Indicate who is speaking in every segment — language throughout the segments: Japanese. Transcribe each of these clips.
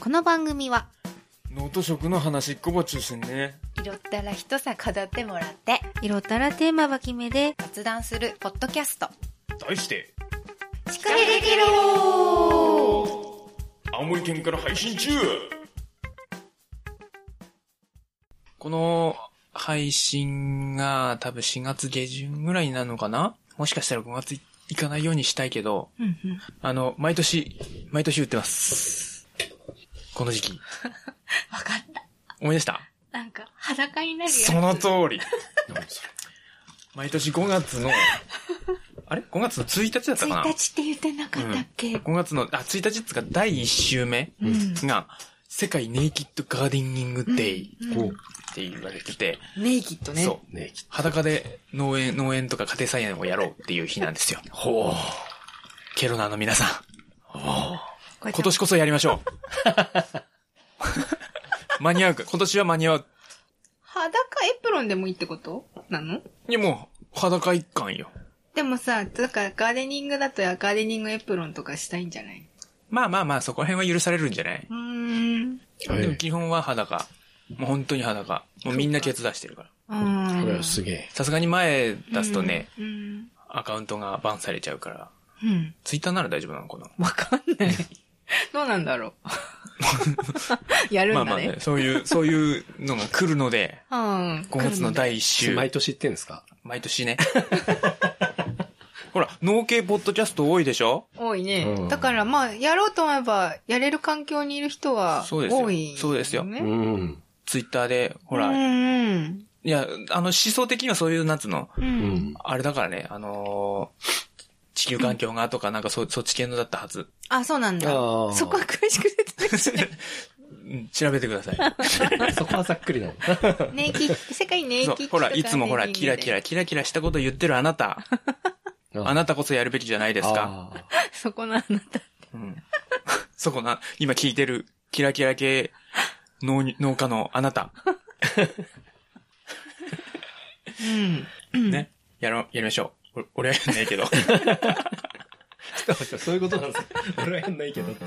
Speaker 1: この番組は
Speaker 2: ノート食の話っこば中心ね
Speaker 3: いろったら一さ飾ってもらって
Speaker 1: 色ったらテーマは決めで
Speaker 3: 雑談するポッドキャスト
Speaker 2: 題して
Speaker 1: しっかりできる
Speaker 2: 青森県から配信中この配信が多分4月下旬ぐらいになるのかなもしかしたら5月いいかないようにしたいけど、
Speaker 1: うんうん
Speaker 2: あの、毎年、毎年売ってます。この時 期。
Speaker 1: 分かった
Speaker 2: 思い出した
Speaker 1: なんか裸になる
Speaker 2: その通り。 毎年5月の、あれ ?5 月の1日だったかな
Speaker 1: 1日って言ってなかったっけ、
Speaker 2: 5月の、あ、1日っつうか第1週目
Speaker 1: うん
Speaker 2: が、世界ネイキッドガーデニングデイ
Speaker 4: こ
Speaker 2: って言われてて、
Speaker 3: ネイキッドね
Speaker 2: そう
Speaker 4: う、ね、き
Speaker 2: 裸で農園、農園とか家庭菜園をやろうっていう日なんですよ。ほう。ケロナーの皆さん。
Speaker 1: これ
Speaker 2: 今年こそやりましょう。間に合うか。今年は間に合う。
Speaker 3: 裸エプロンでもいいってことなの
Speaker 2: いや、もう、裸一貫よ。
Speaker 3: でもさ、だからガーデニングだとガーデニングエプロンとかしたいんじゃない
Speaker 2: まあまあまあ、そこら辺は許されるんじゃない、
Speaker 3: うーん。
Speaker 4: はい
Speaker 2: でも基本は裸。もう本当に裸。もうみんなケツ出してるから。
Speaker 3: あ
Speaker 4: これはすげえ。
Speaker 2: さすがに前出すとね、
Speaker 3: うん。
Speaker 2: アカウントがバンされちゃうから。
Speaker 3: うん。
Speaker 2: ツイッターなら大丈夫なのかな
Speaker 3: わかんない。どうなんだろ う。やるん
Speaker 2: まあ
Speaker 3: だ
Speaker 2: まあね
Speaker 3: ね。、
Speaker 2: そ ういう、そういうのが来るので、
Speaker 3: うん。
Speaker 2: 5月の
Speaker 3: 来
Speaker 2: 第1週。
Speaker 4: 毎年言ってんですか
Speaker 2: 毎年ね。 ほら、農系ポッドキャスト多いでしょ
Speaker 3: るんだ多いね。
Speaker 4: うん
Speaker 3: だからまあ、やろうと思えば、やれる環境にいる人は
Speaker 2: そうですよ
Speaker 3: 多い、ね。
Speaker 2: そうですよ
Speaker 3: う
Speaker 4: うんん。
Speaker 2: ツイッターで、ほら、
Speaker 3: う
Speaker 2: い
Speaker 3: ん。
Speaker 2: や、あの、思想的にはそういう、なんつうの、
Speaker 3: う。
Speaker 4: うんん。
Speaker 2: あれだからね、あのー地球環境がとか、なんかそ、そっち系のだったは ず。
Speaker 3: あ、そうなんだ。
Speaker 4: あー
Speaker 3: そこは詳しく 出てない。
Speaker 2: うん調べてください。
Speaker 4: そこはざっくりなの。
Speaker 3: ネイキッド世界ネイキ
Speaker 2: そ
Speaker 3: ッド
Speaker 2: う、ほら、いつもほら、
Speaker 3: ガーデニングで
Speaker 2: キラキラ、キラキラしたこと言ってるあなた。あなたこそやるべきじゃないで
Speaker 4: です
Speaker 2: か。
Speaker 3: そこのあなた。
Speaker 2: うん。 そこな、今聞いてる、キラキラ系農に、農家のあなた。
Speaker 3: うん。
Speaker 2: ね。やろ、やりましょう。お俺はやんないけど。
Speaker 4: そういうことなんですよ。俺はやんないけどって。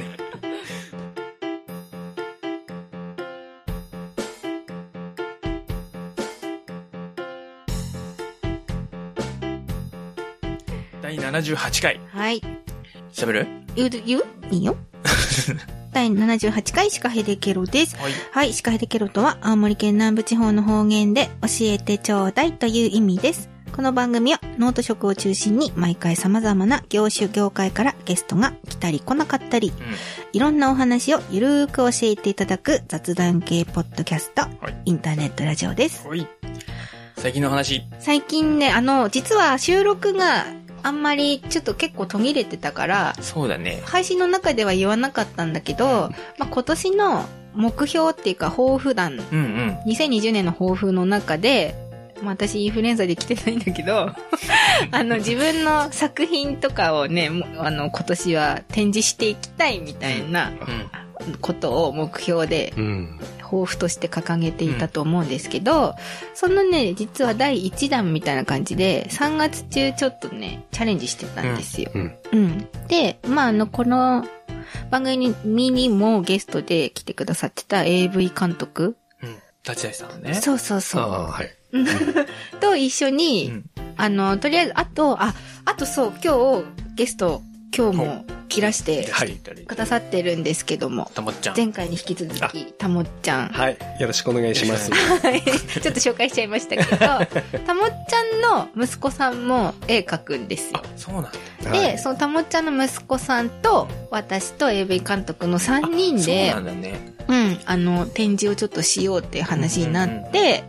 Speaker 2: 第78回。
Speaker 1: はい
Speaker 2: 喋る
Speaker 1: 言う言うい いよ第78回シカヘデケロです
Speaker 2: はい。
Speaker 1: はい、シカヘデケロとは青森県南部地方の方言で教えてちょうだいという意味です。この番組はノート職を中心に毎回様々な業種業界からゲストが来たり来なかったり、いろんなお話をゆるーく教えていただく雑談系ポッドキャスト、
Speaker 2: い
Speaker 1: インターネットラジオです。
Speaker 2: うん。はい。最近の話。
Speaker 1: 最近ね、あの、実は収録があんまりちょっと結構途切れてたから、
Speaker 2: そうだね。
Speaker 1: 配信の中では言わなかったんだけど、まあ、今年の目標っていうか抱負団
Speaker 2: うんうん。
Speaker 1: 2020年の抱負の中で、まあ、私インフルエンザで来てないんだけど、 あの、自分の作品とかをね、もうあの、今年は展示していきたいみたいな
Speaker 2: うん。
Speaker 1: ことを目標で、
Speaker 4: うん。
Speaker 1: 抱負として掲げていたと思うんですけど、そのね、実は第1弾みたいな感じで、3月中ちょっとね、チャレンジしてたんですよ。
Speaker 4: うん。
Speaker 1: うん。で、まあ、あの、この番組にもゲストで来てくださってた AV 監督。
Speaker 2: うん。立ち会さんね。
Speaker 1: そうそう
Speaker 4: あ
Speaker 1: そう。
Speaker 4: あ、はい。
Speaker 1: と一緒
Speaker 2: う
Speaker 1: に、
Speaker 2: ん。
Speaker 1: あの、とりあえず、あと、あ、あとそう、今日、ゲスト、今日も切らして
Speaker 2: はい。た
Speaker 1: くださってるんですけども、
Speaker 2: たもっちゃん。
Speaker 1: 前回に引き続き、たもっちゃん。
Speaker 4: はい。よろしくお願いします。
Speaker 1: はい。 ちょっと紹介しちゃいましたけ ど、たもっちゃんの息子さんも絵描くんですよ
Speaker 2: あ。、そうなんだ。
Speaker 4: は
Speaker 1: で、
Speaker 4: い
Speaker 1: そのたもっちゃんの息子さんと、私と AV 監督の3人で、
Speaker 2: そうなんだね。
Speaker 1: うん、あの、展示をちょっとしようっていう話になって、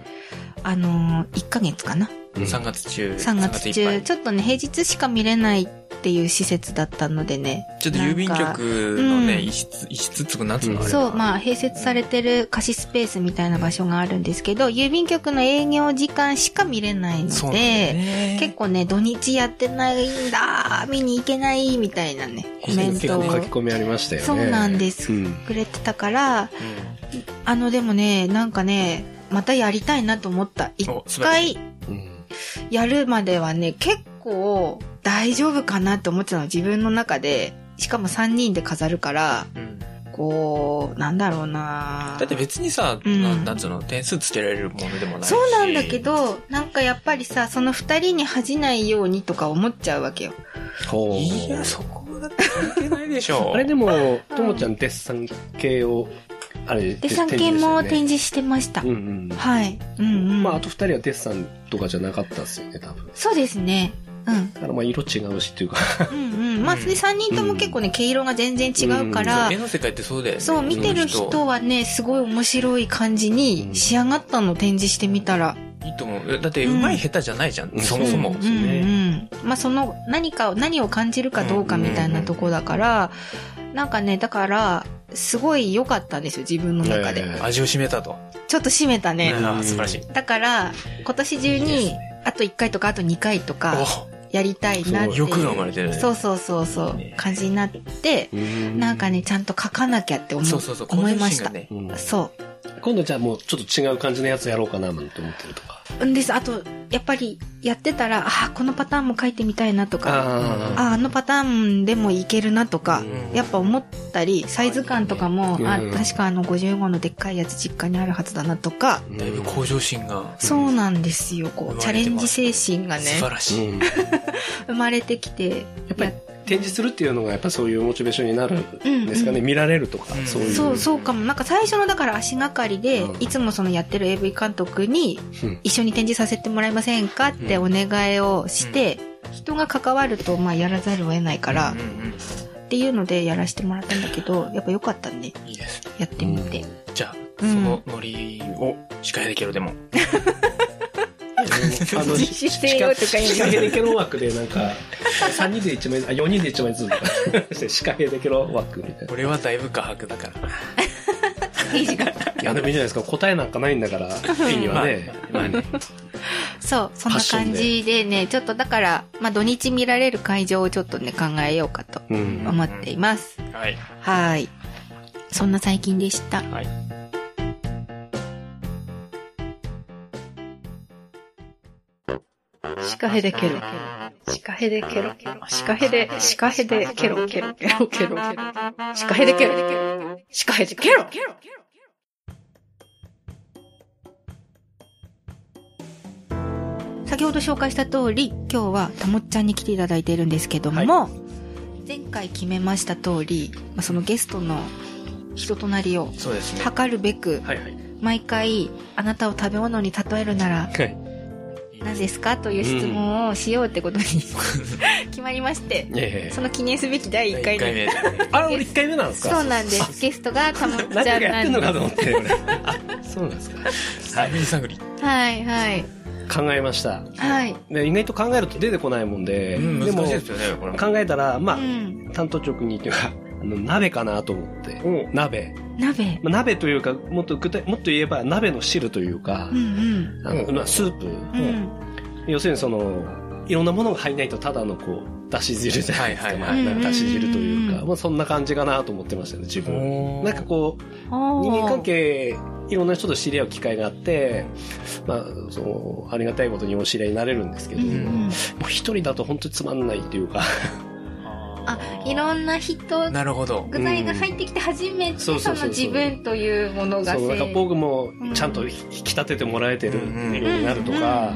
Speaker 1: あの、1ヶ月かな
Speaker 4: うん
Speaker 2: 3月中。
Speaker 1: 3月
Speaker 2: いっぱ
Speaker 1: 中
Speaker 2: い
Speaker 1: ちょっとね平日しか見れないっていう施設だったのでね
Speaker 2: ちょっと郵便局の
Speaker 1: な
Speaker 2: ね、
Speaker 1: んか
Speaker 2: 一室、一室つくなんつうのあ
Speaker 4: うん
Speaker 2: れ。
Speaker 1: そうまあ併設されてる貸しスペースみたいな場所があるんですけど郵便局の営業時間しか見れない
Speaker 2: そうなんだ
Speaker 1: の
Speaker 2: よ
Speaker 1: で
Speaker 2: ね。
Speaker 1: 結構ね土日やってないんだ見に行けないみたいなねコメン
Speaker 4: 結
Speaker 1: ト
Speaker 4: 構
Speaker 1: を
Speaker 4: 書き込みありましたよね。
Speaker 1: そうなんです
Speaker 4: うん。
Speaker 1: くれてたから
Speaker 2: 構。
Speaker 1: あのでもねなんかねまたやりたいなと思った一
Speaker 2: お素晴らし
Speaker 1: 回
Speaker 4: うん。
Speaker 1: やるまではね、結構大丈夫かなって思ってたの、自分の中で。しかも3人で飾るから、
Speaker 2: うん。
Speaker 1: ここう、なんだろうな
Speaker 2: だって別にさ、
Speaker 1: うん
Speaker 2: なんなんつうの、点数つけられるものでもないし。
Speaker 1: そうなんだけ。ど、なんかやっぱりさ、その二人に恥じないようにとか思っちゃうわけよ。
Speaker 4: ほ
Speaker 2: いや、そこはだって関係ない でしょ。
Speaker 4: あれでも、ともちゃんデッサン系を、あれ、
Speaker 1: で、産系も展
Speaker 4: 示
Speaker 1: 示してました。
Speaker 4: うんうん。
Speaker 1: はい。うんうん。
Speaker 4: まあ、あと二人はデッサンとかじゃなかったですよね、多分。
Speaker 1: そうですね。うん。
Speaker 4: だからまあ、色違うしっていうか。
Speaker 1: うんうん。まあ、
Speaker 2: うん
Speaker 1: で、三人とも結構ね、毛色が全然違うから、
Speaker 2: 絵の世界ってそうだよね。
Speaker 1: そう、見てる人はね、すごい面白い感じに仕上がったのを展示してみたら。
Speaker 2: いいと思う。だって、うまい下手じゃないじゃん。
Speaker 4: うん
Speaker 2: そもそも。
Speaker 1: うんうんうん。まあ、その何かを、何を感じるかどうかみたいなとこだから、なんかね、だから、すごい良かったんですよ、自分の中で。
Speaker 4: え
Speaker 2: 味を占めたと。
Speaker 1: ちょっと締めたね。
Speaker 2: ああ、素晴らしい。
Speaker 1: だから、今年中
Speaker 2: いいです
Speaker 1: に、あと1回とかあと2回とか、やりたいなって
Speaker 2: お
Speaker 1: いう。
Speaker 2: 欲が生まれてるね。
Speaker 1: そうそうそうそう、
Speaker 2: いいね
Speaker 1: 感じになって、
Speaker 4: え う
Speaker 1: なんかね、ちゃんと書かなきゃって思う
Speaker 2: そうそうそう。
Speaker 1: 思いました
Speaker 2: 向。上心
Speaker 4: うん
Speaker 1: そ
Speaker 4: 今度じゃあもうちょっと違う感じのやつやろうかななんて思ってるとか。
Speaker 1: う。んです。あと、やっぱり、やってたら、ああ、このパターンも書いてみたいなとか、
Speaker 2: あ
Speaker 1: ああ、あのパターンでもいけるなとか、
Speaker 2: うん
Speaker 1: やっぱ思ったり、サイズ感とかも、
Speaker 4: うん
Speaker 1: あ、確かあの55のでっかいやつ実家にあるはずだなとか、
Speaker 2: だいぶ向上心が
Speaker 1: そうなんですよ、こ
Speaker 2: 生まれて
Speaker 1: う、
Speaker 2: ます
Speaker 1: チャレンジ精神が
Speaker 2: 素
Speaker 1: ね、
Speaker 2: 晴らしい。
Speaker 4: うん
Speaker 1: 生まれてきて、
Speaker 4: やっぱり展示するっていうのがやっぱそういうモチベーションになる
Speaker 1: うんうん
Speaker 4: んですかね。見られるとか
Speaker 2: う、ん
Speaker 4: そういう。
Speaker 1: そうそうかもなんか最初のだから足がかりで、
Speaker 4: うん
Speaker 1: いつもそのやってる AV 監督に
Speaker 4: うん
Speaker 1: 一緒に展示させてもらえませんかってお願いをして、人が関わるとまあやらざるを得ないから、
Speaker 2: うん
Speaker 1: っ
Speaker 2: うん
Speaker 1: ていうのでやらせてもらったんだけどやっぱ良かったね
Speaker 2: うんいいです。
Speaker 1: やってみて、
Speaker 2: じゃあ、そ
Speaker 1: うん
Speaker 2: のノリを司会できるでも。
Speaker 4: あの、
Speaker 1: 自主性よとか言うの
Speaker 4: 仕掛けでケロ枠でなん か、3人で1枚、あ、4人で1枚ずつとか、して仕掛けでケロ枠みたいな。
Speaker 2: 俺はだいぶ過白だから。
Speaker 1: いい時間
Speaker 4: いや、でもいいじゃないですか。答えなんかないんだから、いいにはね。
Speaker 2: まあまあね。
Speaker 1: そうそんな感じでねちょっとだから、まあ、土日見られる会場をちょっとね考えようかと
Speaker 4: うん。
Speaker 1: 思っています、
Speaker 2: はい。
Speaker 1: はいそんな最近でした
Speaker 2: はい。
Speaker 3: シカヘデケロケロ。シカヘデケロケロ。シカヘデ、シカヘデケロケロケロケロケロ。シカヘデケロケロ。シカヘデケロケロ。
Speaker 1: 先ほど紹介した通り今日はたもっちゃんに来ていただいているんですけども、前回決めました通りまあそのゲストの人となりを
Speaker 2: そうですね。
Speaker 1: 測るべく
Speaker 4: はいはい。
Speaker 1: 毎回あなたを食べ物に例えるなら
Speaker 4: はい。
Speaker 1: 何ですかという質問をしようってことに、決まりまして
Speaker 4: ええ
Speaker 1: その記念すべき第1回
Speaker 2: 一回
Speaker 1: に
Speaker 2: 目。
Speaker 4: あれ、俺1回目なんですか
Speaker 1: そうなんですゲストがたもっちゃんなん
Speaker 4: 何か
Speaker 1: で
Speaker 4: やっ
Speaker 1: す
Speaker 4: てんのかと思って。俺あそうなんですか。
Speaker 2: 探り探り。
Speaker 1: はいはい
Speaker 4: 考えました。
Speaker 1: はい、
Speaker 4: で意外と考えると出てこないもんで、
Speaker 2: うん、
Speaker 4: でも
Speaker 2: 難しいですよね、これ。
Speaker 4: 考えたら、まあ、
Speaker 1: うん、
Speaker 4: 担当直にというか、あの鍋かなと思って。
Speaker 2: お
Speaker 4: 鍋。
Speaker 1: 鍋
Speaker 4: まあ、鍋というか、もっと具体、もっと言えば鍋の汁というか
Speaker 1: う、ん
Speaker 4: あの
Speaker 2: うん
Speaker 4: まあスープ、
Speaker 1: うんうん
Speaker 4: 要するにその、いろんなものが入らないとただのこう、だし汁じゃないですか。
Speaker 2: はいはい
Speaker 1: はい
Speaker 4: まあだし汁という
Speaker 1: う
Speaker 4: か、
Speaker 1: ん
Speaker 4: まあそんな感じかなと思ってましたね、自分。
Speaker 2: おー
Speaker 4: なんかこう、
Speaker 1: おー
Speaker 4: 人間関係いろんな人と知り合う機会があって、まあ、そのありがたいことにお知り合いになれるんですけ
Speaker 1: う
Speaker 4: ど、
Speaker 1: んう
Speaker 4: も
Speaker 1: ん
Speaker 4: う一人だと本当につまんないっていうか、
Speaker 1: あいろんな人
Speaker 2: なるほど。
Speaker 1: 具材が入ってきて初めてそ
Speaker 4: そ
Speaker 1: う
Speaker 4: そうそう
Speaker 1: の
Speaker 4: そう
Speaker 1: 自分というものが
Speaker 4: そうなんか僕も
Speaker 1: うん
Speaker 4: ちゃんと引き立ててもらえてるよう
Speaker 2: うん
Speaker 4: になるとか、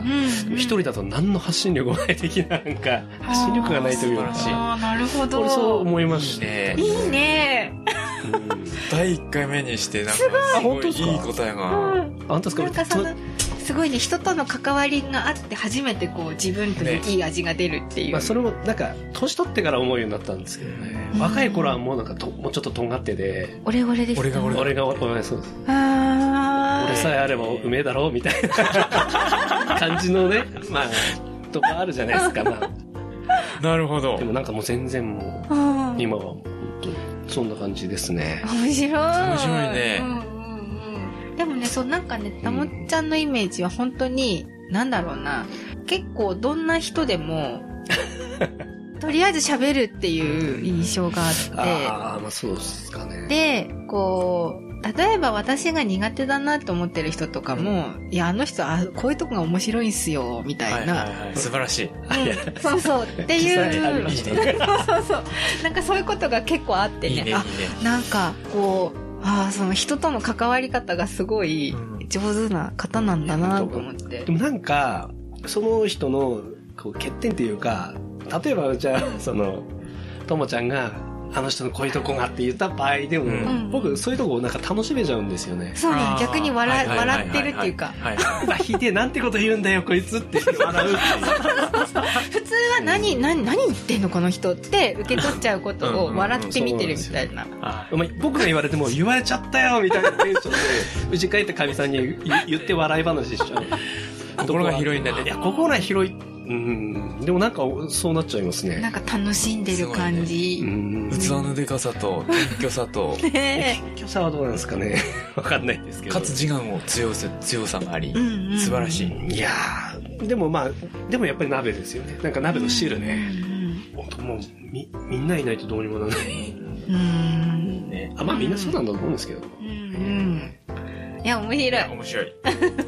Speaker 4: 一人
Speaker 1: だ
Speaker 4: だと何の発信力もない的な、なんか、発信力がないという
Speaker 2: あー
Speaker 4: か、
Speaker 2: 素晴らしい
Speaker 3: ああ、なるほ
Speaker 4: 俺そう
Speaker 3: ど。
Speaker 4: 思いました
Speaker 2: ね
Speaker 1: いいね
Speaker 4: うん
Speaker 2: 第1回目にして、なんか、すごい
Speaker 4: あ本当ですか
Speaker 2: いい答え
Speaker 1: う
Speaker 2: が。
Speaker 1: ん
Speaker 4: あんたですか
Speaker 1: なんかそのすごいね人との関わりがあって初めてこう自分といういい味が出るっていう、
Speaker 4: まあ、それもなんか年取ってから思うようになったんですけどね、
Speaker 1: うん
Speaker 4: 若い頃はもうなんかともうちょっととんがってで
Speaker 1: オレオレです
Speaker 2: 俺が俺
Speaker 4: 俺が俺そうです
Speaker 1: あ
Speaker 4: 俺
Speaker 1: ー
Speaker 4: さえあればうめえだろうみたいな感じのね、まあ、とかあるじゃないですか。まあ、
Speaker 2: なるほ ど
Speaker 4: で。もなんかもう全然も
Speaker 1: うん
Speaker 4: う、今は本当に、そんな感じですね。
Speaker 1: 面白い
Speaker 2: 面白いね
Speaker 1: うんうんうんでもねそうなんかねたもっちゃんのイメージは本 当になんだろうな結構どんな人でもとりあえず喋るっていう印象があって、
Speaker 4: ああ、まあそうですかね。
Speaker 1: でこう例えば私が苦手だなと思ってる人とかも、いやあの人あこういうとこが面白いんすよみたいな、
Speaker 2: はいはいはい素晴らしい。
Speaker 1: うんそうそう ってい
Speaker 4: 実際あり
Speaker 1: う
Speaker 4: ま
Speaker 2: いい
Speaker 4: した
Speaker 2: ね。
Speaker 1: そうそうなんかそういうことが結構あってね
Speaker 2: いいね、いいね。
Speaker 1: あなんかこうあーその人との関わり方がすごい
Speaker 2: うん
Speaker 1: 上手な方なんだなと思って
Speaker 4: で、もなんか、その人のこう欠点っていうか、例えばじゃあ、その、ともちゃんが、あの人のこういうとこがって言った場合でも、
Speaker 2: うん
Speaker 4: 僕そういうとこなんか楽しめちゃうんですよね。
Speaker 1: そうね
Speaker 2: あー
Speaker 1: 逆に笑,、
Speaker 2: はいはいはいはい
Speaker 1: 笑ってるっていうか
Speaker 2: はいは
Speaker 4: まあ、ひでえなんてこと言うんだよ、こいつって笑うっていう。
Speaker 1: 普通は何何何言ってんのこの人って受け取っちゃうことを笑って見てるみたいな。
Speaker 4: お前僕が言われても言われちゃったよみたいなテンションで、うち帰ってかみさんに言言って笑い話しちゃう。
Speaker 2: い心が広いんだ
Speaker 4: いや、
Speaker 2: ね。
Speaker 4: 心が広い。うん、でもなんかそうなっちゃいます
Speaker 1: な
Speaker 4: ね
Speaker 1: ん。か楽しんでる感
Speaker 4: う
Speaker 1: じ。
Speaker 4: ん
Speaker 2: 器のでかさと、謙虚さと、
Speaker 1: ね
Speaker 4: 虚さはどうなんですかね わかんないですけど。
Speaker 2: かつ自我を強さ、強さがあり
Speaker 1: う、んうん
Speaker 2: 素晴らしい。
Speaker 4: いやーでもまあ、でもやっぱり鍋ですよね。なんか鍋の汁ね。
Speaker 1: うん
Speaker 4: 本当もう、み、みんないないとどうにもならない。
Speaker 1: うんうん
Speaker 2: ね。
Speaker 4: あ、まあみんなそうなんだと思うんですけど。
Speaker 1: うんうんいや面白い
Speaker 2: 面白い。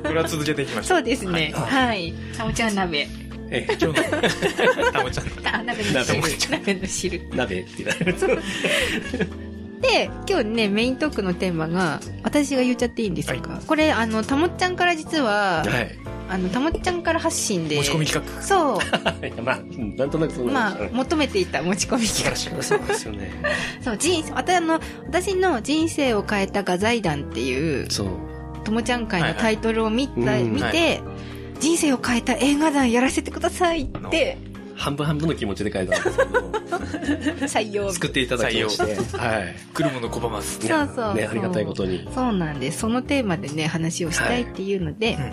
Speaker 2: これは続けていきましょ。
Speaker 1: そううですねはいたもちゃん鍋
Speaker 4: え
Speaker 2: 今日 の、たもちゃん。
Speaker 1: あ鍋の汁鍋の汁
Speaker 4: え、鍋って言われる。
Speaker 1: で今日ねメイントークのテーマが私が言っちゃっていいんですか、これあのたもっちゃんから実は
Speaker 4: はい。
Speaker 1: あのたもっちゃんから発信で
Speaker 2: 持ち込み企画。
Speaker 1: そう
Speaker 4: まあ、うんなんとなくそうな
Speaker 1: まあ
Speaker 4: んですよね。
Speaker 1: 求めていた持ち込み
Speaker 4: 素
Speaker 1: 企
Speaker 4: 晴
Speaker 1: 画
Speaker 4: らしい。そうですよね。
Speaker 1: そう人生私の私の人生を変えた画財団っていう
Speaker 4: そう。
Speaker 1: ともちゃん会のタイトルを見た、
Speaker 4: はいはいうん
Speaker 1: 見て、人生を変えた映画団やらせてくださいっ
Speaker 2: あの
Speaker 1: て
Speaker 4: 半分半分の気持ちで書いたんですけど、
Speaker 1: 採用日
Speaker 4: 作っていただきまして。はい。
Speaker 2: 来るもの拒まず。
Speaker 1: そうそう
Speaker 4: ね、ありがたいことに。
Speaker 1: そうなんですそのテーマでね話をしたいっていうの
Speaker 2: は
Speaker 1: で、
Speaker 2: いうん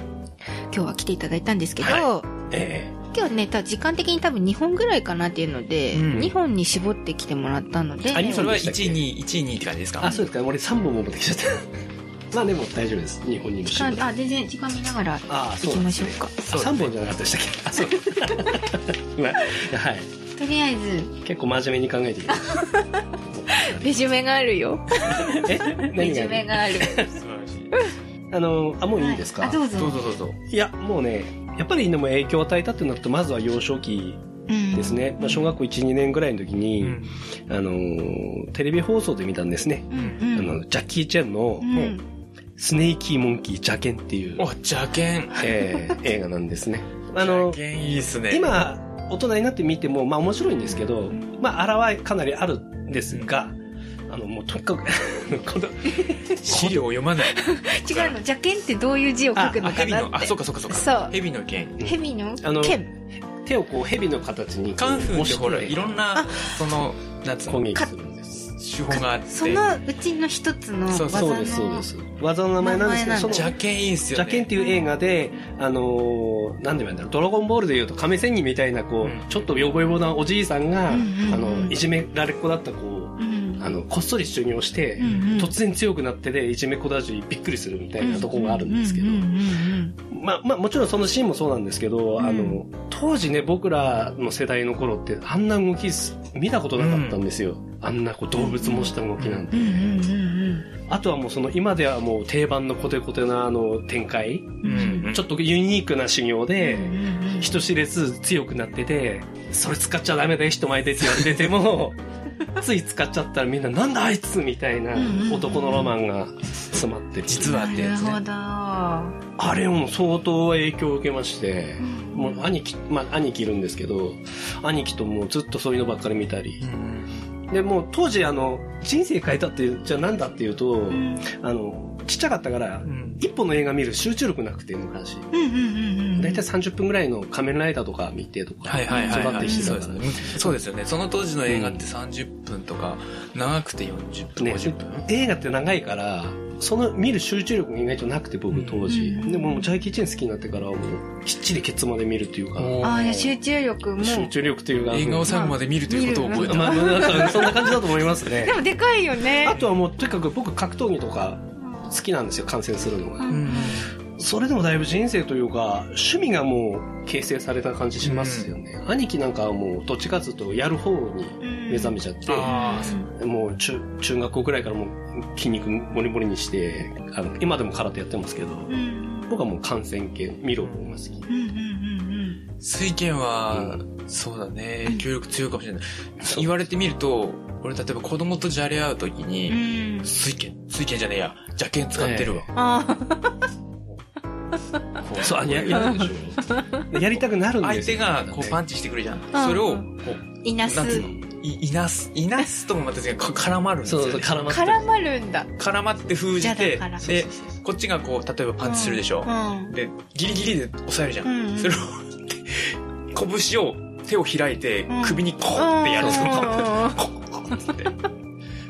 Speaker 1: 今日は来ていただいたんですけど、
Speaker 4: はえ
Speaker 1: 今日ねた時間的に多分2本ぐらいかなっていうので、
Speaker 2: うん
Speaker 1: 2本に絞ってきてもらったので
Speaker 4: あ二
Speaker 2: そ
Speaker 4: 本
Speaker 2: れは1位、2位、1位、2位って感じです
Speaker 4: え
Speaker 2: か
Speaker 4: あ、そうですか。俺3本も持ってきちゃった。ま あでも大丈夫です。日本にも
Speaker 1: 時
Speaker 4: 仕事
Speaker 1: 間あ全然時間見ながら
Speaker 4: あ
Speaker 1: 行きましょうか
Speaker 2: そうです
Speaker 4: 3本じゃなかったでしたっけあそう まあはい
Speaker 1: とりあえず
Speaker 4: 結構真面目に考えてきました
Speaker 1: レジュメがあるよ
Speaker 4: え
Speaker 1: レジュメ
Speaker 4: 何が
Speaker 1: がある
Speaker 2: 素晴らしい。
Speaker 4: あのあもういいですか、
Speaker 1: はいあどうぞ
Speaker 2: どうぞどうぞ。
Speaker 4: いやもうねやっぱりでも影響を与えたってなるとまずは幼少期
Speaker 1: うん
Speaker 4: ですね、まあ、小学校12年ぐらいの時に、
Speaker 2: うん
Speaker 4: あのテレビ放送で見たんですね、
Speaker 1: うん
Speaker 4: あ
Speaker 1: うん
Speaker 4: のジャッキー・チェンの
Speaker 1: う、ん
Speaker 4: 「スネーキー・モンキー・ジャケン」っていう、
Speaker 2: お、邪剣。
Speaker 4: え ー映画なんですねあの
Speaker 2: 邪剣いいっすね。
Speaker 4: 今大人になって見てもまあ面白いんですけど、まあ、あらはかなりあるんですが、あのもうとにかく この
Speaker 2: 資料を読まない。
Speaker 1: 違うの邪剣ってどういう字を書くの
Speaker 2: あ、
Speaker 1: か
Speaker 2: 蛇
Speaker 1: な
Speaker 2: の
Speaker 1: っ、
Speaker 2: あ、
Speaker 1: て
Speaker 2: そうかそうかそうか。
Speaker 1: そう
Speaker 2: 蛇の剣。
Speaker 1: 蛇の
Speaker 4: あの
Speaker 1: 剣
Speaker 4: 手をこう蛇の形にこう
Speaker 2: カンフーってほら、
Speaker 4: 押して
Speaker 2: いろんな、その、なんつう
Speaker 4: 攻
Speaker 2: の、
Speaker 4: 撃するんです
Speaker 2: 手法があって。
Speaker 1: そのうちの一つの技
Speaker 2: そう
Speaker 1: の
Speaker 4: そうですそうです技の名前なんです
Speaker 1: 名前なん
Speaker 4: けどそ
Speaker 1: だ
Speaker 4: の
Speaker 2: 邪
Speaker 4: ジ
Speaker 2: 剣いいっすよね。
Speaker 4: ャケンっていう映画で、あのー、なんでもいいんだろう、ドラゴンボールでいうと亀仙人みたいな、こう、
Speaker 2: うん
Speaker 4: ちょっとよぼよぼなおじいさんが、
Speaker 1: うんうんうん
Speaker 4: あの、いじめられっ子だった子を、
Speaker 1: うん
Speaker 4: あの、こっそり収入して、
Speaker 1: うんうん
Speaker 4: 突然強くなってで、いじめっ子だし、びっくりするみたいなところがあるんですけど、
Speaker 1: うんうんうん
Speaker 4: まあ、まあ、もちろんそのシーンもそうなんですけど、
Speaker 1: うん
Speaker 4: あの、当時ね、僕らの世代の頃って、あんな動きす、見たことなかったんですよ。あんなこう動物模した動きなんて。
Speaker 1: うんうんうんうん
Speaker 4: あとはもうその、今ではもう定番のコテコテなあの展開、
Speaker 2: うんうん。
Speaker 4: ち
Speaker 2: ち
Speaker 4: ょ
Speaker 2: ょ
Speaker 4: っ
Speaker 2: っ
Speaker 4: とユニークな修行で、
Speaker 1: うんうん
Speaker 4: 人知れず強くなってて、それ使っちゃダメだよ、人前でって言われてて も、つい使っちゃったらみんな、なんだあいつみたいな
Speaker 1: うんうんうん
Speaker 4: 男のロマンが詰まってて、
Speaker 2: 実はってやつね
Speaker 1: なるほど
Speaker 4: あれも相当影響を受けまして、もう兄貴、まあ兄貴いるんですけど、兄貴ともうずっとそういうのばっかり見たり
Speaker 2: とう。ん
Speaker 4: で、もう当時あの、人生変えたって、じゃあなんだっていうと、
Speaker 1: うん
Speaker 4: あの、ちっちゃかったから
Speaker 2: う、ん。
Speaker 4: 一本の映画見る集中力なくて昔。
Speaker 1: うんうんうんうん
Speaker 4: だいたい30分ぐらいの仮面ライダーとか見てとか、
Speaker 2: はいはいはい
Speaker 4: 育っ
Speaker 2: は
Speaker 4: て
Speaker 2: い。
Speaker 4: きて
Speaker 2: そう
Speaker 4: た
Speaker 2: です
Speaker 4: から。
Speaker 2: ね。そうですよね。その当時の映画って30分とか、長くて40分、
Speaker 4: ね
Speaker 2: 50分。
Speaker 4: 映画って長いから、その見る集中力が意外となくて僕当時。
Speaker 1: うん
Speaker 4: でももうジャイキーチェン好きになってからはもう、きっちりケツまで見るっていうか、
Speaker 2: お
Speaker 1: あ
Speaker 2: ー
Speaker 1: あいや集中力も
Speaker 4: 集中力というか、
Speaker 2: 映画を最後まで見るということを覚えた。
Speaker 4: まあ、なんかそんな感じだと思いますね
Speaker 1: で。もでかいよね
Speaker 4: あとはもうとにかく僕格闘技とか好きなんですよ観戦するの
Speaker 1: う
Speaker 4: が
Speaker 1: ん
Speaker 4: それでもだいぶ人生というか、趣味がもう形成された感じしますよね。兄貴なんかはもう、どっちかっつうと、やる方に目覚めちゃって、
Speaker 2: あ
Speaker 4: もう中、中学校くらいからもう筋肉もりもりにして、あの、今でも空手やってますけど、
Speaker 3: うん
Speaker 4: 僕はもう感染系、ミロンが好き。
Speaker 3: うんうんうん
Speaker 2: 水拳は、そうだね、影響力強いかもしれない。言われてみると、俺例えば子供とじゃれ合うとき
Speaker 3: う
Speaker 2: に、
Speaker 3: んうん
Speaker 2: 水拳、水拳じゃねえや、邪剣使ってるわ。
Speaker 1: ああ、
Speaker 2: こう
Speaker 4: そう、あややるでしょ。やりたくなるんで
Speaker 2: 相
Speaker 4: す
Speaker 2: 手
Speaker 4: よ。
Speaker 2: がこうパンチしてくるじゃん。それを、こう、
Speaker 1: いなす
Speaker 2: な。んつうのい、いなす、いなすともまた違う、か絡まるんです
Speaker 4: そ
Speaker 2: よ、
Speaker 4: う
Speaker 2: ね。
Speaker 4: そうそう、絡まってる。
Speaker 3: 絡まるんだ。
Speaker 2: 絡まって封じ
Speaker 1: じゃ
Speaker 2: て
Speaker 1: だから、
Speaker 2: で、こっちがこう、例えばパンチするでしょ
Speaker 1: う。ん。
Speaker 2: で、ギリギリで押さえるじゃん。
Speaker 1: うん
Speaker 2: それを、拳を、手を開いて
Speaker 1: うん、
Speaker 2: 首にコンってやる
Speaker 1: うん
Speaker 2: そ
Speaker 1: うん
Speaker 2: の
Speaker 1: うんうん
Speaker 2: コンコンって。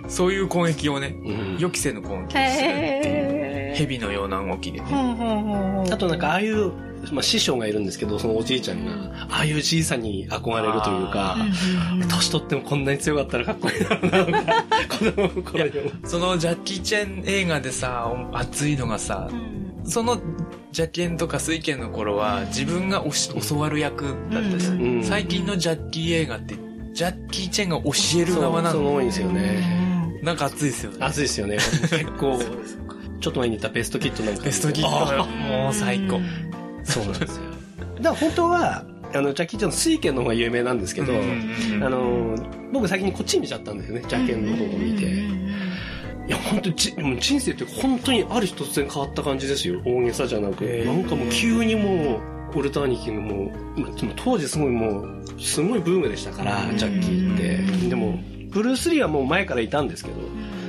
Speaker 2: そういう攻撃をね、
Speaker 4: うん
Speaker 2: 予期せぬ攻撃をするっていう。
Speaker 3: へー
Speaker 2: 蛇のような動きでね。
Speaker 3: ほうほうほうほう
Speaker 4: あとなんかああいう、まあ、師匠がいるんですけど、そのおじいちゃんが、ああいうじいさんに憧れるというか
Speaker 2: あ、
Speaker 3: うんうんうん
Speaker 4: 年取ってもこんなに強かったらかっこいいだろうなとか、子供の頃にも。
Speaker 2: そのジャッキーチェン映画でさ、お熱いのがさ、
Speaker 1: うん
Speaker 2: その邪剣とか水剣の頃は自分がおし教わる役だったじゃん。
Speaker 4: うん
Speaker 2: 最近のジャッキー映画って、ジャッキーチェンが教える側な
Speaker 4: そうそう
Speaker 2: の。
Speaker 4: 多いんですよね。
Speaker 2: なんか熱いですよね。
Speaker 4: 暑いですよね。結構、ちょっと前に言ったベストキットなんか。
Speaker 2: ベストギット
Speaker 4: あ
Speaker 2: がもう最高。
Speaker 4: そうなんですよ。だから本当は、あの、ジャッキーちゃんの水拳の方が有名なんですけど、あの、僕先にこっち見ちゃったんですよね、ジャケンの方を見て。いや、本当にじもう人生って本当にある日突然変わった感じですよ。大げさじゃなく。
Speaker 2: へー
Speaker 4: なんかもう急にもう、俺と兄貴がもう、まあでも当時すごいもう、すごいブームでしたから、ジャッキーって。でも、ブルース・リーはもう前からいたんですけど、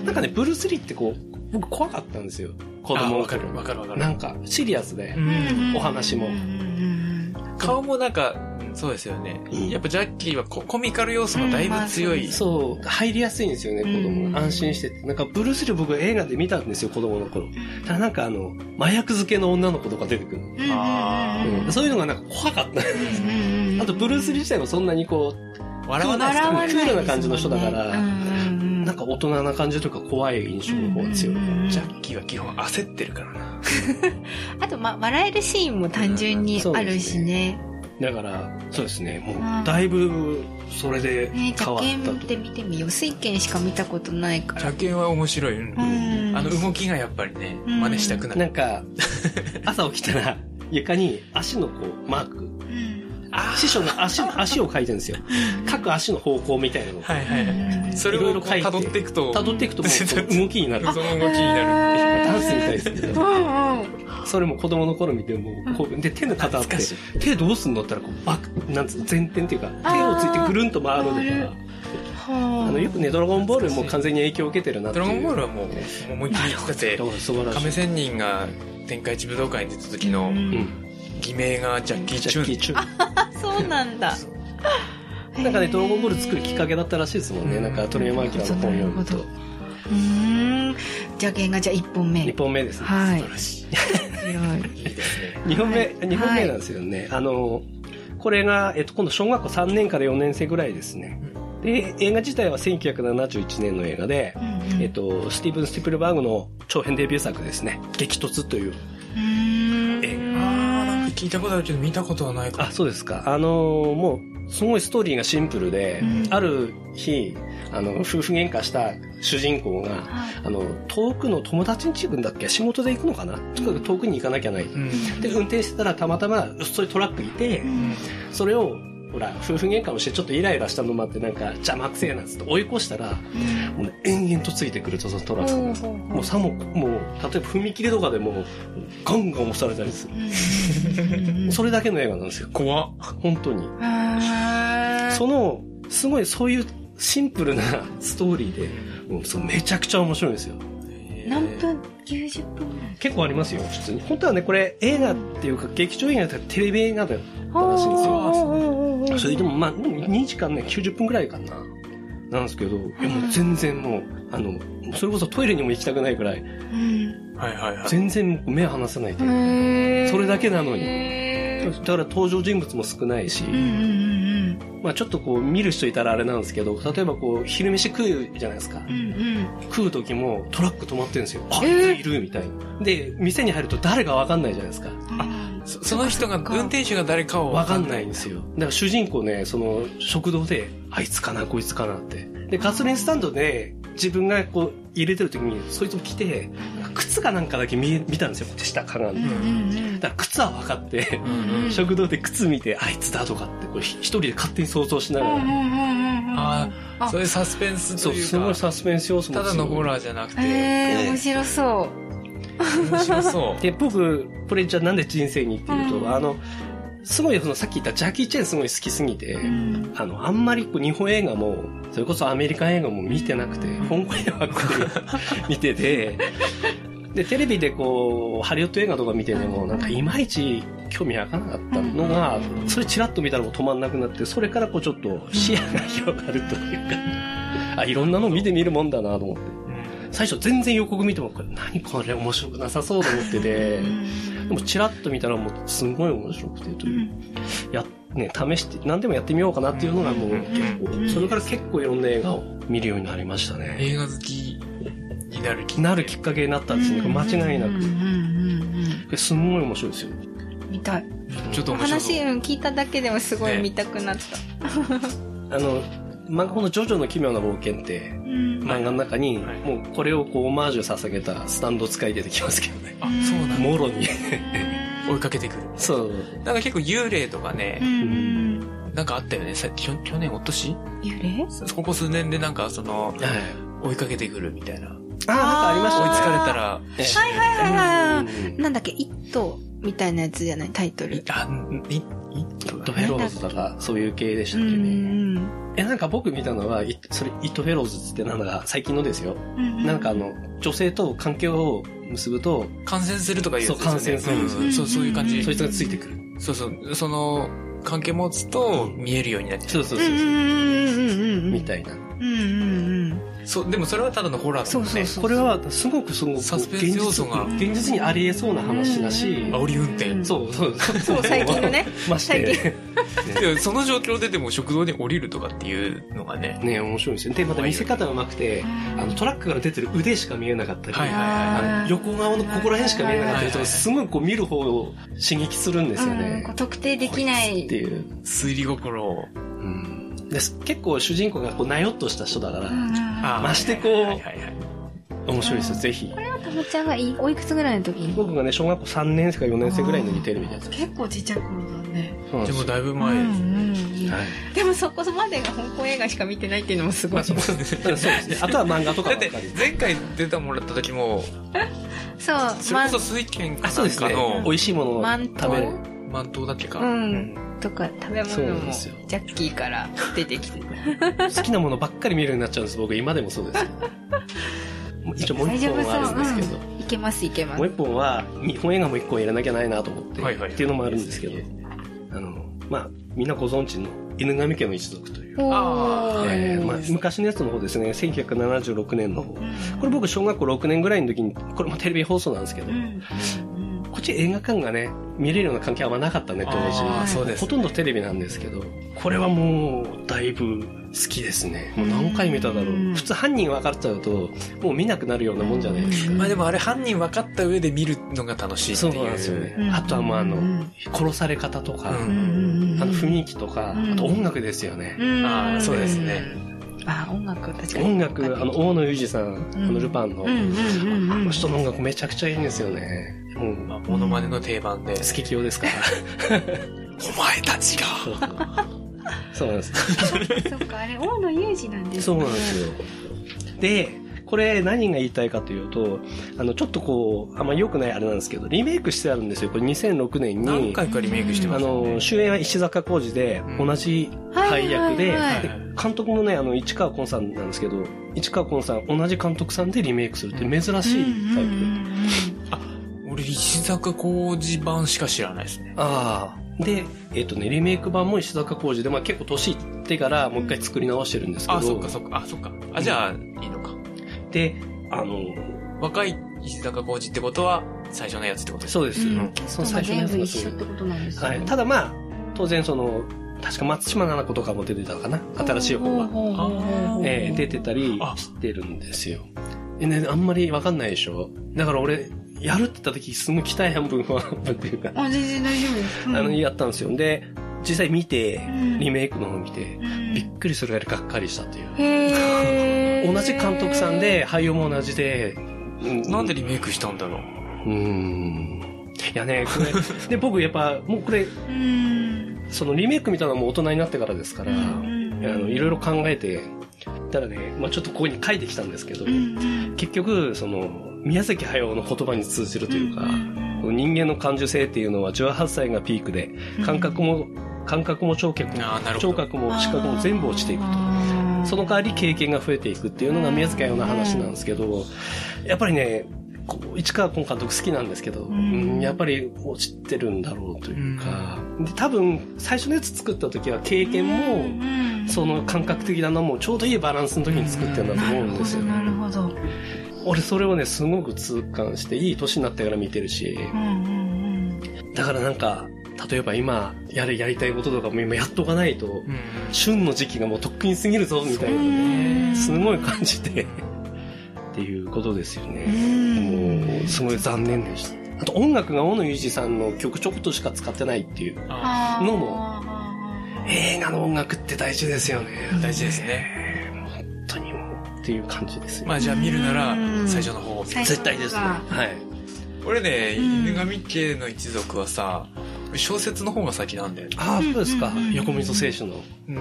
Speaker 4: なんかね、ブルース・リーってこう、僕怖かったんですよ。子供
Speaker 2: わ
Speaker 4: の
Speaker 2: か
Speaker 4: 頃
Speaker 2: るわかるわかる。
Speaker 4: なんか、シリアスで
Speaker 2: う。ん
Speaker 4: お話も
Speaker 3: うんうん
Speaker 2: 顔もなんか、うんそうですよね。
Speaker 4: うん
Speaker 2: やっぱジャッキーはこうコミカル要素がだいぶ強い。
Speaker 4: そう、入りやすいんですよね、子供が。安心してて。なんか、ブルース・リー僕映画で見たんですよ、子供の頃。ただなんかあの、麻薬漬けの女の子とか出てくるの。
Speaker 3: うん
Speaker 2: あー
Speaker 4: うんそういうのがなんか怖かった。
Speaker 3: うん
Speaker 4: あと、ブルース・リー自体もそんなにこう、
Speaker 2: 笑わないです
Speaker 4: ク
Speaker 2: か
Speaker 4: ー
Speaker 2: ら
Speaker 4: ル
Speaker 2: ね。
Speaker 4: クールな感じの人だから、
Speaker 3: な
Speaker 4: なんか大人な感じとか怖い印象の方が強い。
Speaker 2: ジャッキーは基本焦ってるからな。
Speaker 1: あと、ま、笑えるシーンも単純にあるしね。
Speaker 4: だから、そうですね、も
Speaker 1: うん
Speaker 4: う、だいぶ、それで
Speaker 1: ね
Speaker 4: 変
Speaker 1: じゃ
Speaker 4: わっ
Speaker 1: けん
Speaker 4: た
Speaker 1: っ
Speaker 4: と。
Speaker 1: て見てみよう。水拳しか見たことないか
Speaker 2: ジ
Speaker 1: ら
Speaker 2: ャ。ケンは面白い。うん
Speaker 1: うん
Speaker 2: あの動きがやっぱりね、
Speaker 1: うん
Speaker 2: 真似したくな
Speaker 4: な
Speaker 2: る。
Speaker 4: んか、 朝起きたら、床に足のこう、マーク。
Speaker 1: うん
Speaker 2: あ
Speaker 4: 師匠の足、足を書いてるん ですよ。各足の方向みたいなのを。
Speaker 2: ーはいはいはい。それ
Speaker 4: いろ
Speaker 2: を
Speaker 4: いろ
Speaker 2: こう
Speaker 4: 書いて
Speaker 2: 辿っていくと、
Speaker 4: 辿っていくともうこ う動きになる。
Speaker 2: その動きになる。
Speaker 4: ダンスみたいですけど、
Speaker 3: うんうん
Speaker 4: それも子供の頃見てもうこう、で、手の肩あって
Speaker 2: 懐かしい、
Speaker 4: 手どうすんのって言ったら、こう、バック、なんつうの、前転っていうか、手をついてぐるんと回るのとか、あの、よくね、ドラゴンボールも完全に影響を受けてるなって
Speaker 2: ド
Speaker 4: いう。
Speaker 2: ラゴンボール
Speaker 4: は
Speaker 2: はもう、もう思いっきり言ってて、
Speaker 4: 素晴らし
Speaker 2: 亀
Speaker 4: い。
Speaker 2: 仙人が天下一武道会に出た時の
Speaker 4: うん。
Speaker 2: 偽名がジャッキー・
Speaker 4: ジ
Speaker 2: チ
Speaker 4: ャッキ
Speaker 2: ュ
Speaker 4: ー
Speaker 2: ン。
Speaker 4: チュン。
Speaker 1: そうなんだ。
Speaker 4: なんかね、ドラゴンボール作るきっかけだったらしいですもんね。
Speaker 2: うん
Speaker 4: なんか、トレイマーキュラの本読む
Speaker 1: な
Speaker 4: と
Speaker 1: る。うーん。じゃけんがじゃあ1本目。
Speaker 4: 2本目ですね。
Speaker 1: はい
Speaker 2: 素晴。らしい。
Speaker 1: 強い
Speaker 2: いいですね。
Speaker 4: 2本
Speaker 1: は
Speaker 4: 目
Speaker 1: い、
Speaker 4: 二本目なんですよね。あの、これが、えっと、今度小学校3年から4年生ぐらいですね。で、映画自体は1971年の映画で、
Speaker 1: うんうん
Speaker 4: えっと、スティーブン・スティプルバーグの長編デビュー作ですね。激突という。
Speaker 1: うーん
Speaker 2: えあーなんか聞いたことあるけど見たことはないかも
Speaker 4: あ、そうですか。あのーもう、すごいストーリーがシンプルで、
Speaker 1: うん
Speaker 4: ある日、あの、夫婦喧嘩した主人公が、
Speaker 1: はい
Speaker 4: あの、遠くの友達に行くんだっけ仕事で行くのかなとにかく遠くに行かなきゃない。
Speaker 2: うん
Speaker 4: で、運転してたらたまたま、そういうトラックいて、それを、ほら、夫婦喧嘩をしてちょっとイライラしたのもあって、なんか邪魔くせえなっつって追い越したら、もうね、延々とついてくると、そのトラックが。もうさも、もう、例えば踏切とかでも、ガンガン押されたりする。それだけの映画なんですよ。
Speaker 2: 怖っ
Speaker 4: 本当に。その、すごいそういうシンプルな ストーリーで、もうそのめちゃくちゃ面白いんですよ。
Speaker 1: 何分 ?90 分ぐらい。
Speaker 4: 結構ありますよ、普通に。本当はね、これ映画っていうか、劇場映画だったらテレビ映画だったらしいんですよ。
Speaker 1: よ
Speaker 4: それでもまあ、でも2時間ね、90分くらいかな。なんですけど、いやもう全然もう、あの、それこそトイレにも行きたくないくらい、
Speaker 2: はいはいはい
Speaker 4: 全然もう目離せないというかそれだけなのに。だから登場人物も少ないし、
Speaker 1: うんうんうんうんうん
Speaker 4: まあちょっとこう見る人いたらあれなんですけど、例えばこう昼飯食うじゃないですか。
Speaker 1: うんうん
Speaker 4: 食う時もトラック止まってるんですよ。あ、
Speaker 1: え
Speaker 4: い
Speaker 1: ー
Speaker 4: ついるみたいな。で、店に入ると誰がわかんないじゃないですか。
Speaker 1: あ
Speaker 2: そその人が、
Speaker 1: そっか
Speaker 2: 運転手が誰かを
Speaker 4: わかんないんですよ。だから主人公ね、その食堂で、あいつかな、こいつかなって。で、ガソリンスタンドで自分がこう入れてる時に、そいつも来て、靴かなんかだけ見見たんですよ、こうやって下かがん
Speaker 1: う
Speaker 4: で。
Speaker 1: ん
Speaker 4: だ
Speaker 1: うんうん
Speaker 4: から靴は分かって、
Speaker 2: うんうん
Speaker 1: うん
Speaker 4: 食堂で靴見て、あいつだとかって、こうひ一人で勝手に想像しなが
Speaker 1: うんうん
Speaker 4: ら。
Speaker 1: うんうん
Speaker 2: あ
Speaker 1: あ
Speaker 2: そういうサスペンス
Speaker 4: そ
Speaker 2: と
Speaker 4: う、
Speaker 2: いう
Speaker 4: すごい
Speaker 2: か、
Speaker 4: サスペンス要素も
Speaker 2: ただのホ
Speaker 4: ラ
Speaker 2: ラーじゃなくて、
Speaker 1: えー、面白そう。
Speaker 2: 面白そう。
Speaker 4: で、僕、これじゃあなんで人生にっていうと、
Speaker 1: うん
Speaker 4: あの、すごいそのさっき言ったジャッキー・チェンすごい好きすぎて、
Speaker 1: うん
Speaker 4: あの、あんまりこう日本映画も、それこそアメリカン映画も見てなくて、香港映画ばっかり 見てて、で、テレビでこう、ハリウッド映画とか見てても、なんかいまいち興味わかんなかったのが、それチラッと見たらもう止まんなくなって、それからこうちょっと視野が広がるというか、あ、いろんなの見てみるもんだなと思って。最初全然予告見ても、これ何これ面白くなさそうと思ってて、でもチラッと見たらもうすごい面白くてという、や、ね、試して、何でもやってみようかなっていうのがもう結構、
Speaker 1: うん
Speaker 4: それから結構いろんな映画を見るようになりましたね。
Speaker 2: 映画好きになるき
Speaker 4: なるきっかけになったんですね。間違いな
Speaker 1: うんう
Speaker 4: く。
Speaker 1: んうん
Speaker 4: すんごい面白いですよ。
Speaker 1: うん見たい。
Speaker 2: ちょっと
Speaker 1: お
Speaker 2: 面白
Speaker 1: 話
Speaker 2: そう。
Speaker 1: うん聞いただけでもすごい見たくなった。
Speaker 4: あの、漫画このジョジョの奇妙な冒険って、
Speaker 1: うん
Speaker 4: 漫画の中に、
Speaker 2: はい
Speaker 4: もうこれをこうオマージュ捧げたスタンド使い出てきますけどね。
Speaker 2: あ、そうなんだ。
Speaker 4: もろに。
Speaker 2: 追いかけてくる。
Speaker 4: そう。
Speaker 2: なんか結構幽霊とか
Speaker 1: う
Speaker 2: ね、
Speaker 1: んうん
Speaker 2: なんかあったよね。さ去去年、おとし
Speaker 1: 幽霊
Speaker 2: ここ数年でなんかその、
Speaker 4: はい。
Speaker 2: 追いかけてくるみたいな。追い
Speaker 4: ああ、なんかありまし
Speaker 2: つ
Speaker 4: た
Speaker 1: ー
Speaker 4: ね。
Speaker 2: かれたら、
Speaker 1: はいはいは
Speaker 4: はい
Speaker 1: い
Speaker 4: い
Speaker 1: なんだっけ、一頭みたいなやつじゃない、タイトル。
Speaker 2: あ、い、い、
Speaker 4: ドフェローズとか、そういう系でした
Speaker 1: う
Speaker 4: っ
Speaker 1: ん
Speaker 4: け
Speaker 1: う
Speaker 4: ね。
Speaker 1: ん
Speaker 4: え、なんか僕見たのは、いそれ、イットフェローズってなんか、最近のですよ。
Speaker 1: うんうん
Speaker 4: なんかあの、女性と関係を結ぶと、
Speaker 2: 感染するとかいうやつ
Speaker 4: そう感染する
Speaker 2: うんうんそう、そういう感じ。
Speaker 4: そいつがついてくる。
Speaker 2: そうそう。その、関係持つと見えるようになっちゃ
Speaker 4: そうそううん
Speaker 1: う
Speaker 4: そうそ
Speaker 1: ん
Speaker 4: う。
Speaker 1: うんうんうんうん
Speaker 4: みたいな。
Speaker 1: うんうんうん
Speaker 2: う。そう、でもそれはただのホラーだ
Speaker 1: そ
Speaker 2: も
Speaker 1: うん
Speaker 2: ね。
Speaker 1: そうそう
Speaker 4: これは、すごくすごく、
Speaker 2: サスペンス要素が
Speaker 4: 現実現実にありえそうな話だし、
Speaker 1: うん
Speaker 2: 煽り運転。
Speaker 1: うん
Speaker 4: そうそうそう。
Speaker 1: そう最近の ね。
Speaker 4: まして。
Speaker 2: でその状況ででも食堂に降りるとかっていうのがね。
Speaker 4: ね、面白いんですよ。で、また見せ方がうまくて、あの、トラックから出てる腕しか見えなかったり、
Speaker 2: はい
Speaker 4: あの
Speaker 1: あー
Speaker 4: 横顔のここら辺しか見えなかったりとか、すごいこう見る方を刺激するんですよ
Speaker 1: うん
Speaker 4: ね
Speaker 1: こう。特定できな
Speaker 4: こつ
Speaker 1: い
Speaker 4: っていう。
Speaker 2: 推理心を。
Speaker 4: うんで結構主人公がこうなよっとした人だから、
Speaker 1: うんうんうん
Speaker 2: あー
Speaker 4: ましてこう
Speaker 2: はいはいはい
Speaker 4: 面白いですよ、ぜひ。
Speaker 1: たまちゃんがいおいくつぐらいの時に
Speaker 4: 僕がね、小学校3年生か4年生ぐらいの時テレビでやってた。
Speaker 1: 結構ちっちゃい頃だね
Speaker 4: そうなん
Speaker 2: で
Speaker 4: です
Speaker 2: も
Speaker 4: よ
Speaker 2: だいぶ
Speaker 1: うんう
Speaker 2: 前です。
Speaker 1: ん
Speaker 4: はい
Speaker 1: でもそこまでが香港映画しか見てないっていうのもすごいそう
Speaker 4: ただそうですね。あとは漫画とか
Speaker 2: だ
Speaker 4: ば
Speaker 2: っ
Speaker 4: ってかり。
Speaker 2: 前回出たもらった時もそれ
Speaker 1: ま
Speaker 2: こそ水拳か
Speaker 4: あ、
Speaker 2: な
Speaker 4: そうんです
Speaker 2: か
Speaker 4: ね
Speaker 2: の。
Speaker 4: 美味しいものを
Speaker 1: 満
Speaker 4: 食べる。
Speaker 2: 満頭だっけか、
Speaker 1: うんとか食べ
Speaker 4: そう
Speaker 1: 物
Speaker 4: なん
Speaker 1: も
Speaker 4: です
Speaker 1: ジ
Speaker 4: よ
Speaker 1: ャッキーから出てきて
Speaker 4: 好きなものばっかり見るようになっちゃうんです。僕、今でもそう です。一応もう一本はあるんですけど。
Speaker 1: いけますいけます
Speaker 4: もう一本は、日本映画も一本やらなきゃないなと思って、
Speaker 2: はいはい
Speaker 4: っていうのもあるんですけど、あの、まあ、みんなご存知の犬神家の一族という。
Speaker 1: お
Speaker 2: あ
Speaker 1: ー
Speaker 4: えーまあ、昔のやつの方ですね、1976年の方。これ僕小学校6年ぐらいの時に、これもテレビ放送なんですけど、
Speaker 1: うんうん
Speaker 4: こっち映画館がね、見れるような環境あんまなかったね、当
Speaker 2: あ
Speaker 1: ー
Speaker 4: 時。
Speaker 2: そうです
Speaker 4: ほとんどテレビなんですけど、これはもう、だいぶ好きですね。もう何回見ただろ
Speaker 1: う
Speaker 4: う。
Speaker 1: ん
Speaker 4: 普通犯人分かっちゃうと、もう見なくなるようなもんじゃないですか。
Speaker 2: まあでもあれ犯人分かった上で見るのが楽しいって
Speaker 4: そ
Speaker 2: いう
Speaker 4: うなんですよね
Speaker 1: う。ん
Speaker 4: あとはもうあの
Speaker 1: うん、
Speaker 4: 殺され方とか、
Speaker 2: う
Speaker 1: うんんうんうん
Speaker 4: あの雰囲気と
Speaker 1: う
Speaker 4: か、
Speaker 1: ん
Speaker 4: あと音楽ですよね。
Speaker 1: うん
Speaker 2: あーそうですね
Speaker 1: あー音楽確かに
Speaker 4: 音楽、あの、大野裕二さん、あの、ルパンの、
Speaker 1: うんうんうん
Speaker 4: あ
Speaker 1: うん
Speaker 4: の人の音楽めちゃくちゃいいんですよね。もう、
Speaker 2: まあ、モノマネの定番で、
Speaker 4: スケキヨ ですから。
Speaker 2: お前たちが
Speaker 4: そうなんです。
Speaker 1: そっかあれ大野裕二なんですね
Speaker 4: そうなんですよ。で、これ何が言いたいかというと、あの、ちょっとこう、あんま良くないあれなんですけど、リメイクしてあるんですよ。これ2006年
Speaker 2: 何
Speaker 4: に。
Speaker 2: 回かリメイクして
Speaker 4: あ
Speaker 2: ましたよね
Speaker 4: の、主演は石坂浩二で、
Speaker 2: うん
Speaker 4: 同じ配役で、
Speaker 1: はいはいはい
Speaker 4: で監督もね、あの、市川崑さんなんですけど、市川崑さん、同じ監督さんでリメイクするって珍しいタイプ。
Speaker 1: うんうんうんうん
Speaker 2: 俺石坂浩二版しか知らないですね
Speaker 4: ああ。で、えっ、とね、リメイク版も石坂浩二で、まあ結構年いってからもう一回作り直してるんですけど、
Speaker 2: あそっかそっかあそっかあじゃあいいのか
Speaker 4: で、あの、
Speaker 2: 若い石坂浩二ってことは最初のやつってことです
Speaker 4: そうです。
Speaker 1: うん
Speaker 4: その最初のや
Speaker 1: 全
Speaker 4: つ
Speaker 1: 部
Speaker 4: が
Speaker 1: 一
Speaker 4: そ
Speaker 1: 緒
Speaker 4: う
Speaker 1: ってことなんですね
Speaker 4: はい、ただまあ、当然その、確か松島菜々子とかも出てたのかな新しい方は。
Speaker 2: あ
Speaker 4: えー出てたり
Speaker 2: あ
Speaker 4: してるんですよ。え、ね、あんまりわかんないでしょだから俺、やるって言った時、すごい期待半分不安半分っていうか、
Speaker 1: あ、全然大丈夫です。
Speaker 4: あ
Speaker 1: うん
Speaker 4: の、やったんですよ。で、実際見て
Speaker 1: ん、
Speaker 4: リメイクの方見て、
Speaker 1: うん
Speaker 4: びっくりするぐらいがっかりしたという。
Speaker 1: へー
Speaker 4: 同じ監督さん、で、俳優も同じで、う
Speaker 2: なんでリメイクしたんだろう。
Speaker 4: うーん。いやね、これ、で、僕やっぱ、もうこれ、
Speaker 1: うん。
Speaker 4: そのリメイクみたいなのも大人になってからですから、
Speaker 1: う
Speaker 4: あ
Speaker 1: ん
Speaker 4: の、いろいろ考えて、ただね、まあちょっとここに書いてきたんですけど、
Speaker 1: うんうん
Speaker 4: 結局、その、宮崎駿の言葉に通じるというか、
Speaker 1: ん
Speaker 4: こう人間の感受性っていうのは18歳がピークで、感覚も、感覚も聴覚も
Speaker 2: あーなるほど
Speaker 4: 聴覚も視覚も全部落ちていくと。その代わり経験が増えていくっていうのが宮崎駿の話なんですけど、やっぱりね、こう市川崑監督好きなんですけど、
Speaker 1: ん
Speaker 4: うんやっぱり落ちてるんだろうというか、で多分最初のやつ作った時は経験も、
Speaker 1: うん
Speaker 4: その感覚的なのもちょうどいいバランスの時に作ってるんだと思うんですよ。
Speaker 1: なるほど、なるほど。
Speaker 4: 俺それをね、すごく痛感して、いい年になってから見てるし、
Speaker 1: うんうん
Speaker 4: だからなんか、例えば今、やる、やりたいこととかも今やっとかないと、
Speaker 2: うん。
Speaker 4: 旬の時期がもうとっくに過ぎるぞ、みたいな
Speaker 1: う
Speaker 4: ね、
Speaker 1: ん
Speaker 4: すごい感じて、っていうことですよ
Speaker 1: う
Speaker 4: ね。
Speaker 1: ん。
Speaker 4: もう、すごい残念でした。あと音楽が大野裕二さんの曲ちょこっとしか使ってないっていう。
Speaker 2: あ
Speaker 1: あー
Speaker 4: のも映画の音楽って大事ですよね。
Speaker 2: 大事ですね。
Speaker 4: 本当にもう、っていう感じですよ。
Speaker 2: まあじゃあ見るなら、最初の方を見る
Speaker 1: 最初
Speaker 4: 絶対ですね。
Speaker 1: が
Speaker 4: はい。
Speaker 2: 俺ね、
Speaker 1: うん
Speaker 2: 犬神家の一族はさ、小説の方が先なんだよね。
Speaker 4: ああ、そうですか
Speaker 1: うんうんうん。
Speaker 4: 横溝選手の。
Speaker 2: うん。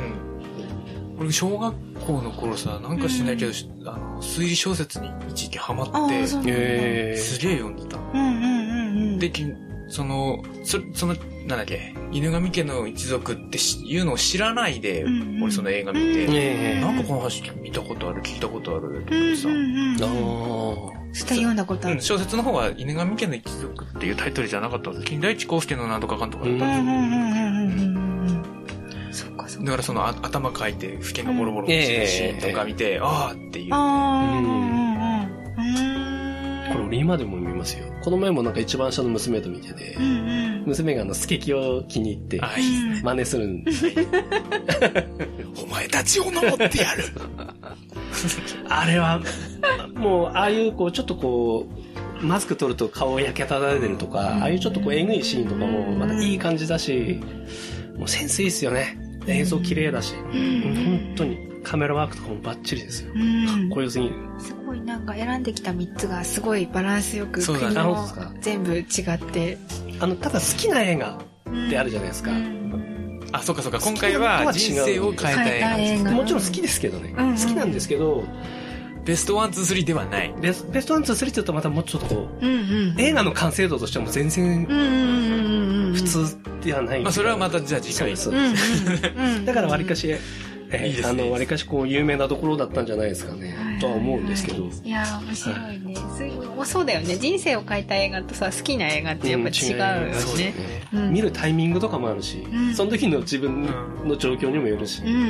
Speaker 2: 俺、小学校の頃さ、なんかしないけど、あの、推理小説に一時期ハマ
Speaker 1: あ
Speaker 2: って
Speaker 1: ー、そうなんだ
Speaker 4: え
Speaker 2: すげえ読んでた。
Speaker 1: うんうんうんうん。
Speaker 2: で、きその、そその、なんだっけ、犬神家の一族ってしいうのを知らないで、
Speaker 1: うんうん
Speaker 2: 俺その映画見て、
Speaker 1: うん
Speaker 4: え
Speaker 2: なんかこの話見たことある、聞いたことある、とか
Speaker 1: うん
Speaker 2: 言ってさ、
Speaker 1: うん
Speaker 4: あ
Speaker 1: うん。
Speaker 4: あ。
Speaker 1: 下読んだことあ
Speaker 2: う
Speaker 1: る
Speaker 2: ん。小説の方は犬神家の一族っていうタイトルじゃなかったはず。金田一耕助のなんとかかんとかだった
Speaker 1: う
Speaker 2: はず
Speaker 1: んうんうんうんうんうんうん。そっかそ
Speaker 2: だ
Speaker 1: っか。
Speaker 2: からそのあ頭かいて、ふけがボロボロ落ちてるシーンとか見て、ああっていう。
Speaker 1: あーう
Speaker 4: うんん
Speaker 1: うんうん。
Speaker 4: これ俺今でも見ますよ。この前もなんか一番下の娘と見てて、
Speaker 1: うんうん。
Speaker 4: 娘があの、スケキを気に入って、
Speaker 2: あいいですね。
Speaker 4: 真似するんで、
Speaker 2: お前たちを登ってや る
Speaker 4: あれは、もう、ああいうこう、ちょっとこう、マスク取ると顔焼けただれてるとか、ああいうちょっとこう、えぐいシーンとかも、またいい感じだし、もうセンスいいっすよね。映像綺麗だし、本当にカメラワークとかもバッチリですよ。
Speaker 1: うん
Speaker 4: これ良すぎる。
Speaker 1: すごいなんか選んできた3つがすごいバランスよく
Speaker 2: そうだね
Speaker 1: 国
Speaker 4: あ
Speaker 1: も
Speaker 4: 本当ですか
Speaker 1: 全部違って
Speaker 4: あの、ただ好きな映画ってあるじゃないですか。
Speaker 2: あ、そうかそうか、今回は人生を変えた映画です。
Speaker 1: 映
Speaker 4: もちろん好きですけどね。
Speaker 1: うんうん
Speaker 4: 好きなんですけど、
Speaker 2: ベストワン、ツー、スリーではない。
Speaker 4: ベスベストワン、ツー、スリーって言うとまたもうちょっとこう、
Speaker 1: うんうん
Speaker 4: 映画の完成度としても全然
Speaker 1: うんうんうん
Speaker 4: 普通ではない。
Speaker 2: まあ、それはまたじゃあ次
Speaker 4: そう
Speaker 2: 回
Speaker 4: で。す。そう
Speaker 1: う
Speaker 4: で
Speaker 1: ん
Speaker 4: す
Speaker 1: うんうん
Speaker 4: だからわりかし、えー
Speaker 2: いいですね
Speaker 4: あの、わりかしこう有名なところだったんじゃないですかね、とは思うんですけど。
Speaker 1: いやー面白いねすごいそうだよね人生を変えた映画とさ好きな映画ってやっぱ違うよ
Speaker 4: んそう
Speaker 1: ね
Speaker 4: ですね
Speaker 1: うん
Speaker 4: 見るタイミングとかもあるし、
Speaker 1: ん
Speaker 4: その時の自分の状況にもよるし
Speaker 1: う、んうんう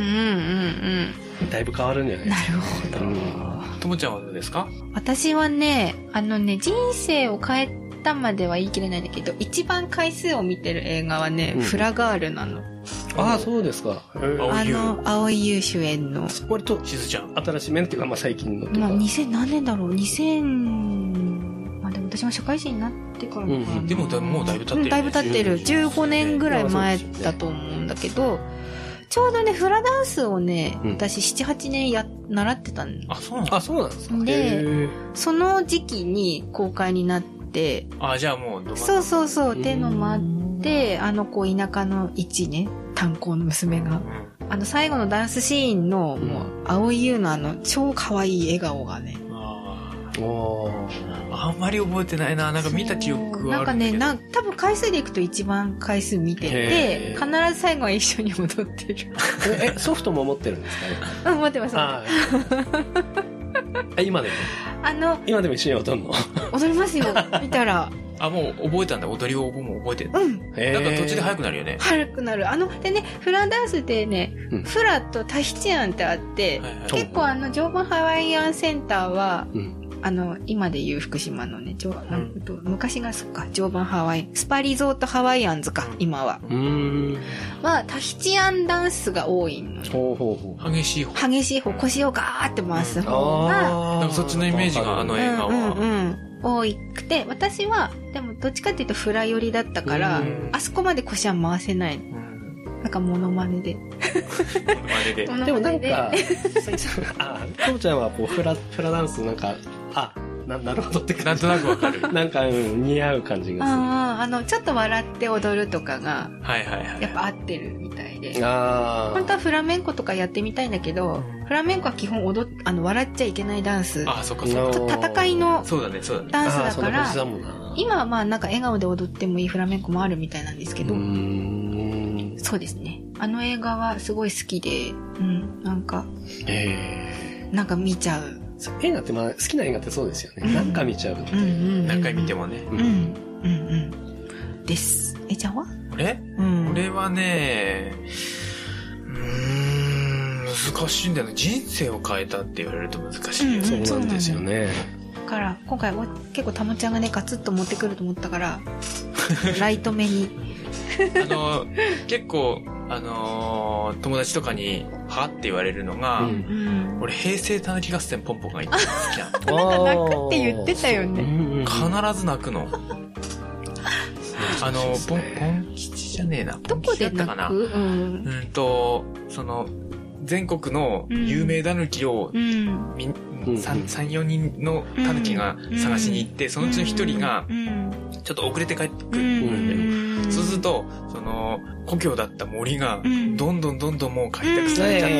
Speaker 1: ん
Speaker 4: だいぶ変わるんじゃな
Speaker 1: うん
Speaker 4: いで
Speaker 1: な
Speaker 4: すか。
Speaker 1: るほど
Speaker 2: ともちゃんはどうですか
Speaker 1: 私はね、あのね、人生を変えたまでは言い切れないんだけど、一番回数を見てる映画はね、
Speaker 4: うん
Speaker 1: フラガールなの。
Speaker 4: ああ、そうですか。えー
Speaker 2: あ
Speaker 1: あの、青井優主演の。
Speaker 4: 割と
Speaker 2: しずちゃん。
Speaker 4: 新しめっていうか、まあ最近のと
Speaker 1: まあ、
Speaker 4: いうか。
Speaker 1: 2000何年だろう ?2000、まあでも私も社会人になってからかな
Speaker 4: うん
Speaker 2: でもだもうだいぶ経ってる
Speaker 1: うんだいぶ経ってる。15年ぐらい前だと思うんだけど、ちょうどね、フラダンスをね、
Speaker 4: うん
Speaker 1: 私7、8年や、習ってたん
Speaker 2: あ、そうなの
Speaker 4: あ、そうなんですか。
Speaker 1: で
Speaker 4: へー
Speaker 1: その時期に公開になって、
Speaker 2: あ、じゃあもうど真ん中、
Speaker 1: そうそうそう、っていうのもあって、あの、こう、田舎の一ね、炭鉱の娘が。あの、最後のダンスシーンの、
Speaker 4: ん
Speaker 1: もう、青井優のあの、超可愛い笑顔がね。
Speaker 2: うんあ
Speaker 4: おー
Speaker 2: ーあんまり覚えてないな。なんか見た記憶はあるんだけど。
Speaker 1: そうなんかね、なん多分回数でいくと一番回数見てて
Speaker 4: へ、
Speaker 1: 必ず最後は一緒に踊ってる。
Speaker 4: え、えソフトも持ってるんですかね。
Speaker 1: うん、待ってます。あ
Speaker 4: あ ーあ今でも
Speaker 1: の、
Speaker 4: 今でも一緒に踊るの
Speaker 1: 踊りますよ、見たら。
Speaker 2: あ、もう覚えたんだ。踊りをもう覚えてる。
Speaker 1: うん。
Speaker 2: なんか途中で速くなるよね。
Speaker 1: 軽くなる。あの、でね、フラダンスでね、
Speaker 4: うん
Speaker 1: フラとタヒチアンってあって、
Speaker 2: はいはい
Speaker 1: 結構あの、常磐ハワイアンセンターは、
Speaker 4: うん
Speaker 1: あの、今で言う福島のね、常なんと昔がそっか、常磐ハワイ、スパリゾートハワイアンズか、今は。
Speaker 4: うーん。
Speaker 1: は、タヒチアンダンスが多いの。
Speaker 4: ほうほうほう。
Speaker 2: 激しい方。
Speaker 1: 激しい方、腰をガーって回す方が、
Speaker 2: なんかそっちのイメージがあの
Speaker 1: う
Speaker 2: 映画
Speaker 1: んうん
Speaker 2: は。
Speaker 1: うん。多くて、私は、でもどっちかっていうとフラ寄りだったから
Speaker 2: うん、
Speaker 1: あそこまで腰は回せない。
Speaker 2: うん。
Speaker 1: なんかモノマネで。
Speaker 2: まるで。
Speaker 1: モノマネ
Speaker 4: でもなんか、さゆりさん あ、ともちゃんはこう、フラ、フラダンスなんか、あ、な、なるほどって
Speaker 2: なん
Speaker 4: 感じ
Speaker 2: と。なくわかる。
Speaker 4: なんか、うん、似合う感じが。
Speaker 1: ああ、あの、ちょっと笑って踊るとかが、
Speaker 2: はいはいはい。
Speaker 1: やっぱ合ってるみたいです
Speaker 4: る。。あ
Speaker 1: 本当はフラメンコとかやってみたいんだけど、フラメンコは基本踊っあの、笑っちゃいけないダンス。
Speaker 2: ああ、そっかそっか。
Speaker 1: と戦いの
Speaker 2: そうだね、そうだね。
Speaker 1: ダンス
Speaker 4: あー
Speaker 1: だ
Speaker 4: そ
Speaker 1: か
Speaker 4: んな感じ
Speaker 1: ら、
Speaker 4: だもんな。
Speaker 1: 今はまあなんか笑顔で踊ってもいいフラメンコもあるみたいなんですけ
Speaker 4: うー
Speaker 1: ど、
Speaker 4: ん。
Speaker 1: そうですね。あの映画はすごい好きで、うん、なんか、
Speaker 4: え
Speaker 1: なんか見ちゃう。
Speaker 4: え映画って、まあ、好きな映画ってそうですよね。
Speaker 1: うん
Speaker 4: なんか見ちゃう。
Speaker 1: うんうん、うん。
Speaker 2: 何回見て
Speaker 1: も。
Speaker 2: もね。
Speaker 1: うん、うん、うん。です。え、ちゃんは
Speaker 2: 俺
Speaker 1: うん。
Speaker 2: 俺はね、うーん、難しいんだよね。人生を変えたって言われると難しいよ。
Speaker 1: うん
Speaker 4: そうなんですよね。
Speaker 1: だから、今回お結構たまちゃんがね、ガツッと持ってくると思ったから、ライト目に。
Speaker 2: あの、結構、あのー友達とかに、はって言われるのが、
Speaker 4: うん
Speaker 1: うん。
Speaker 2: 俺、平成たぬき合戦ポンポンが一番好きな
Speaker 4: あ
Speaker 1: なんか
Speaker 4: ー
Speaker 1: 泣くって言ってたよね。
Speaker 4: うんうんうん
Speaker 2: の。必ず泣くの。あの、ポン、ポン吉じゃねえな。
Speaker 1: どこで
Speaker 2: ポン吉だったか
Speaker 1: 泣
Speaker 2: な
Speaker 1: くうん。
Speaker 2: うんと、その、全国の有名狸を、
Speaker 1: うん。
Speaker 2: みん、
Speaker 4: うん
Speaker 2: 3、三4人の狸が探しに行って、そのうちの1人が、
Speaker 1: うん。
Speaker 2: ちょっと遅れて帰ってく
Speaker 1: う
Speaker 2: るんだよ。
Speaker 1: ん。
Speaker 2: そうすると、その、故郷だった森が
Speaker 1: う、ん、
Speaker 2: どんどんどんどんもう開拓されちゃって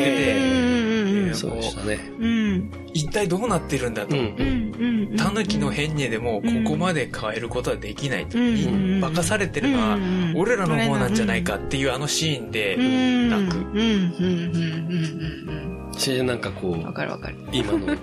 Speaker 2: て、
Speaker 1: うん。
Speaker 4: そうでしたね。
Speaker 1: うん。
Speaker 2: 一体どうなってるんだと。
Speaker 1: うん。うん。
Speaker 2: 狸の変化でもここまで変えることはできないと。
Speaker 1: うん
Speaker 2: い化かされてるのは、
Speaker 1: は
Speaker 2: 俺らの方なんじゃないかっていうあのシーンで、
Speaker 1: 泣
Speaker 2: く
Speaker 1: うん。うん。うん。うん。
Speaker 4: し、なんかこ
Speaker 1: うん。わ
Speaker 4: う、
Speaker 1: かるわかる。
Speaker 4: 今の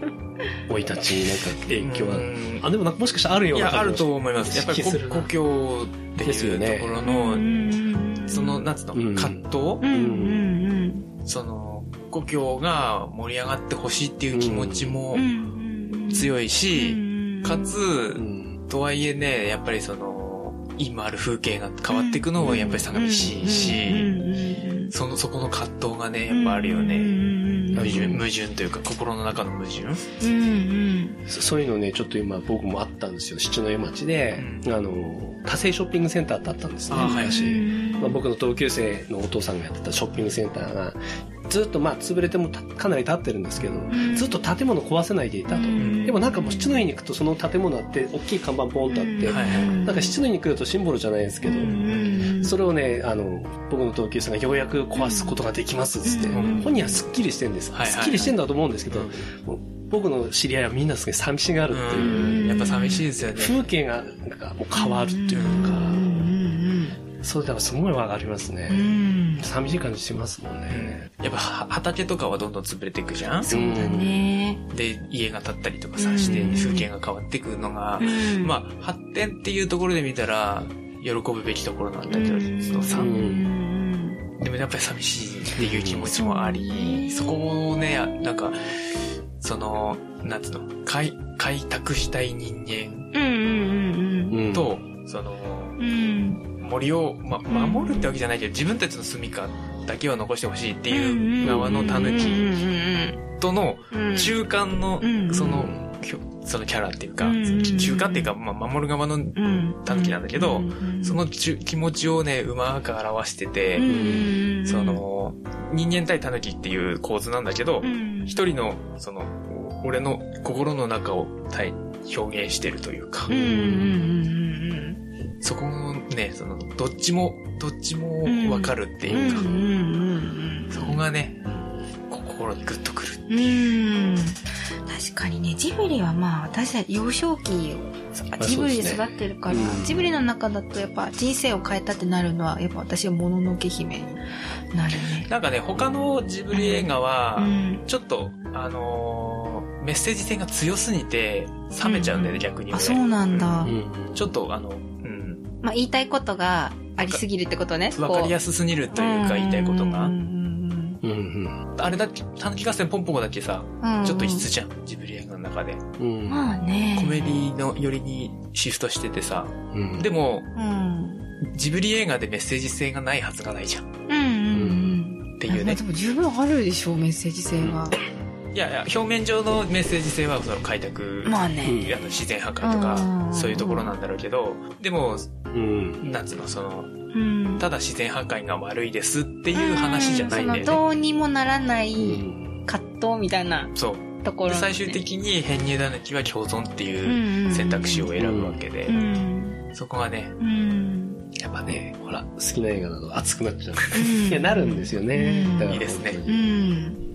Speaker 4: 生い立ちになんか影響は
Speaker 2: う。ん
Speaker 4: あ、でもなんかもしかしたらあるよ
Speaker 2: いう
Speaker 4: な
Speaker 2: や、あ
Speaker 4: 感
Speaker 2: る
Speaker 4: じ
Speaker 2: と思います。やっぱり
Speaker 4: 意識
Speaker 2: こ
Speaker 4: するな
Speaker 2: 故郷って
Speaker 4: ですよ
Speaker 2: い
Speaker 4: ね
Speaker 2: うところの、
Speaker 1: うん
Speaker 2: その、、なんつうの、
Speaker 4: うん
Speaker 2: 葛藤、
Speaker 1: うん。うん。
Speaker 2: その、故郷が盛り上がってほしいっていう気持ちも
Speaker 1: うん。い
Speaker 2: 強いし、かつ
Speaker 4: う、ん
Speaker 2: とはいえね、やっぱりその、今ある風景が変わっていくのはやっぱり寂しいし、
Speaker 1: し、
Speaker 2: その、そこの葛藤がね、やっぱあるよね。矛盾、矛盾というか、心の中の矛盾。
Speaker 1: うん
Speaker 4: そそういうのね、ちょっと今僕もあったんですよ。七戸町で、
Speaker 2: う
Speaker 4: あの、多生ショッピングセンターってあったんですね。
Speaker 2: あーはい
Speaker 4: 昔
Speaker 1: うん。
Speaker 4: まあ、僕の同級生のお父さんがやってたショッピングセンターが、ずっとまあ潰れてもたかなり経ってるんですけど、ずっと建物壊せないでいたと。
Speaker 1: うん
Speaker 4: でもなんかもう七戸に行くとその建物あって、大きい看板ポンとあって、
Speaker 2: はい
Speaker 4: なんか七戸に来るとシンボルじゃないですけど、それをね、あの、僕の同級生がようやく壊すことができますっつって、
Speaker 2: うん
Speaker 4: 本人はすっきりしてるんです。
Speaker 2: はいはいはい
Speaker 4: すっきりしてんだと思うんですけど、僕の知り合いはみんなすごい寂しがるって
Speaker 2: う
Speaker 4: いう、
Speaker 2: ん、やっぱ寂しいですよね。
Speaker 4: 風景がなんかもう変わるっていうか、そうだからすごいわかりますね。寂しい感じしますもんね。
Speaker 2: やっぱは畑とかはどんどん潰れていくじゃん
Speaker 1: そうだね。
Speaker 2: で、家が建ったりとかさして、
Speaker 1: うん
Speaker 2: 風景が変わっていくのが、
Speaker 1: まあ、
Speaker 2: まあ、発展っていうところで見たら、喜ぶべきところなんだけどさ、でもやっぱり寂しいっていう気持ちもあり、そこをね、なんか、その、なんつうの、開、開拓したい人間
Speaker 1: うんうん
Speaker 4: うん
Speaker 2: と、その、
Speaker 1: うんうん。
Speaker 2: 森を、ま、守るってわけじゃないけど、自分たちの住みかだけは残してほしいって
Speaker 1: う
Speaker 2: い
Speaker 1: ん
Speaker 2: う側の狸との
Speaker 1: うん
Speaker 2: 中間の
Speaker 1: うん、
Speaker 2: そうの
Speaker 4: ん、
Speaker 2: きょそのキャラっていうか、
Speaker 1: うん
Speaker 2: 中間っていうか、まあ、守る側の狸なんだけど、その中気持ちをね、うまく表してて、そ、の、人間対狸っていう構図なんだけど、一人の、その、俺の心の中を対表現してるというか、
Speaker 1: うんうんうん
Speaker 2: そこのね、その、どっちも、どっちもわかるって
Speaker 1: うんうん
Speaker 2: いうか、
Speaker 1: うん
Speaker 2: そこがね、心にグッとくる。
Speaker 1: うん確かにねジブリはまあ私は幼少期を
Speaker 4: あ
Speaker 1: ジブリで
Speaker 4: そうです
Speaker 1: 育
Speaker 4: ね
Speaker 1: ってるから、
Speaker 4: うん
Speaker 1: ジブリの中だとやっぱ人生を変えたってなるのはやっぱ私はもののけ姫になるね。
Speaker 2: なんかね、他のジブリ映画は
Speaker 1: う、ん
Speaker 2: ちょっと、あのーメッセージ性が強すぎて、冷めちゃうんだよね、逆に
Speaker 1: あ
Speaker 2: 俺。
Speaker 1: そうなんだ、
Speaker 4: うん
Speaker 2: ちょっと、あの、うん、
Speaker 1: まあ、言いたいことがありすぎるってことね
Speaker 2: わかりや
Speaker 1: す
Speaker 2: すすぎるというか、言いたいことが。
Speaker 1: うん
Speaker 4: うんうん
Speaker 2: あれだっけ、短期合戦ポンポコだっけさ、ちょっと異質じゃん、ジブリ映画の中で。
Speaker 4: うん。
Speaker 1: まあね。
Speaker 2: コメディの寄りにシフトしててさ、
Speaker 4: うん
Speaker 2: でも、
Speaker 1: うん。
Speaker 2: ジブリ映画でメッセージ性がないはずがないじゃん、っ
Speaker 1: うんうん
Speaker 2: て
Speaker 1: うん。
Speaker 2: いう
Speaker 1: まあ
Speaker 2: ね
Speaker 1: で。も十分あるでしょう、メッセージ性は。
Speaker 2: いやいや、表面上のメッセージ性はその開拓、あ
Speaker 1: まあね。
Speaker 2: の自然破壊と
Speaker 1: う
Speaker 2: か、
Speaker 1: ん
Speaker 2: そういうところなんだろうけど、でも、
Speaker 4: うん。
Speaker 2: なんつうの、その、
Speaker 1: うん。
Speaker 2: ただ自然破壊が悪いですっていう話じゃないんだ
Speaker 1: うん
Speaker 2: よ
Speaker 1: そ
Speaker 2: ね。
Speaker 1: のどうにもならな
Speaker 4: う
Speaker 1: い
Speaker 4: ん
Speaker 1: 葛藤みたいな
Speaker 2: そう。
Speaker 1: ところ
Speaker 2: で
Speaker 1: なん
Speaker 2: 最
Speaker 1: ですね、
Speaker 2: 終的に編入断きは共存っていう
Speaker 1: に
Speaker 2: 選択肢を選ぶわけで
Speaker 1: う、ん。
Speaker 2: そこがね、
Speaker 1: うん。
Speaker 2: やっぱね、ほら、
Speaker 4: 好きな映画だと熱くなっちゃう。
Speaker 1: うん
Speaker 4: いや、なるんですよね
Speaker 1: うん。
Speaker 4: だから
Speaker 2: いいですね
Speaker 4: 本当
Speaker 1: う
Speaker 4: に
Speaker 1: ん。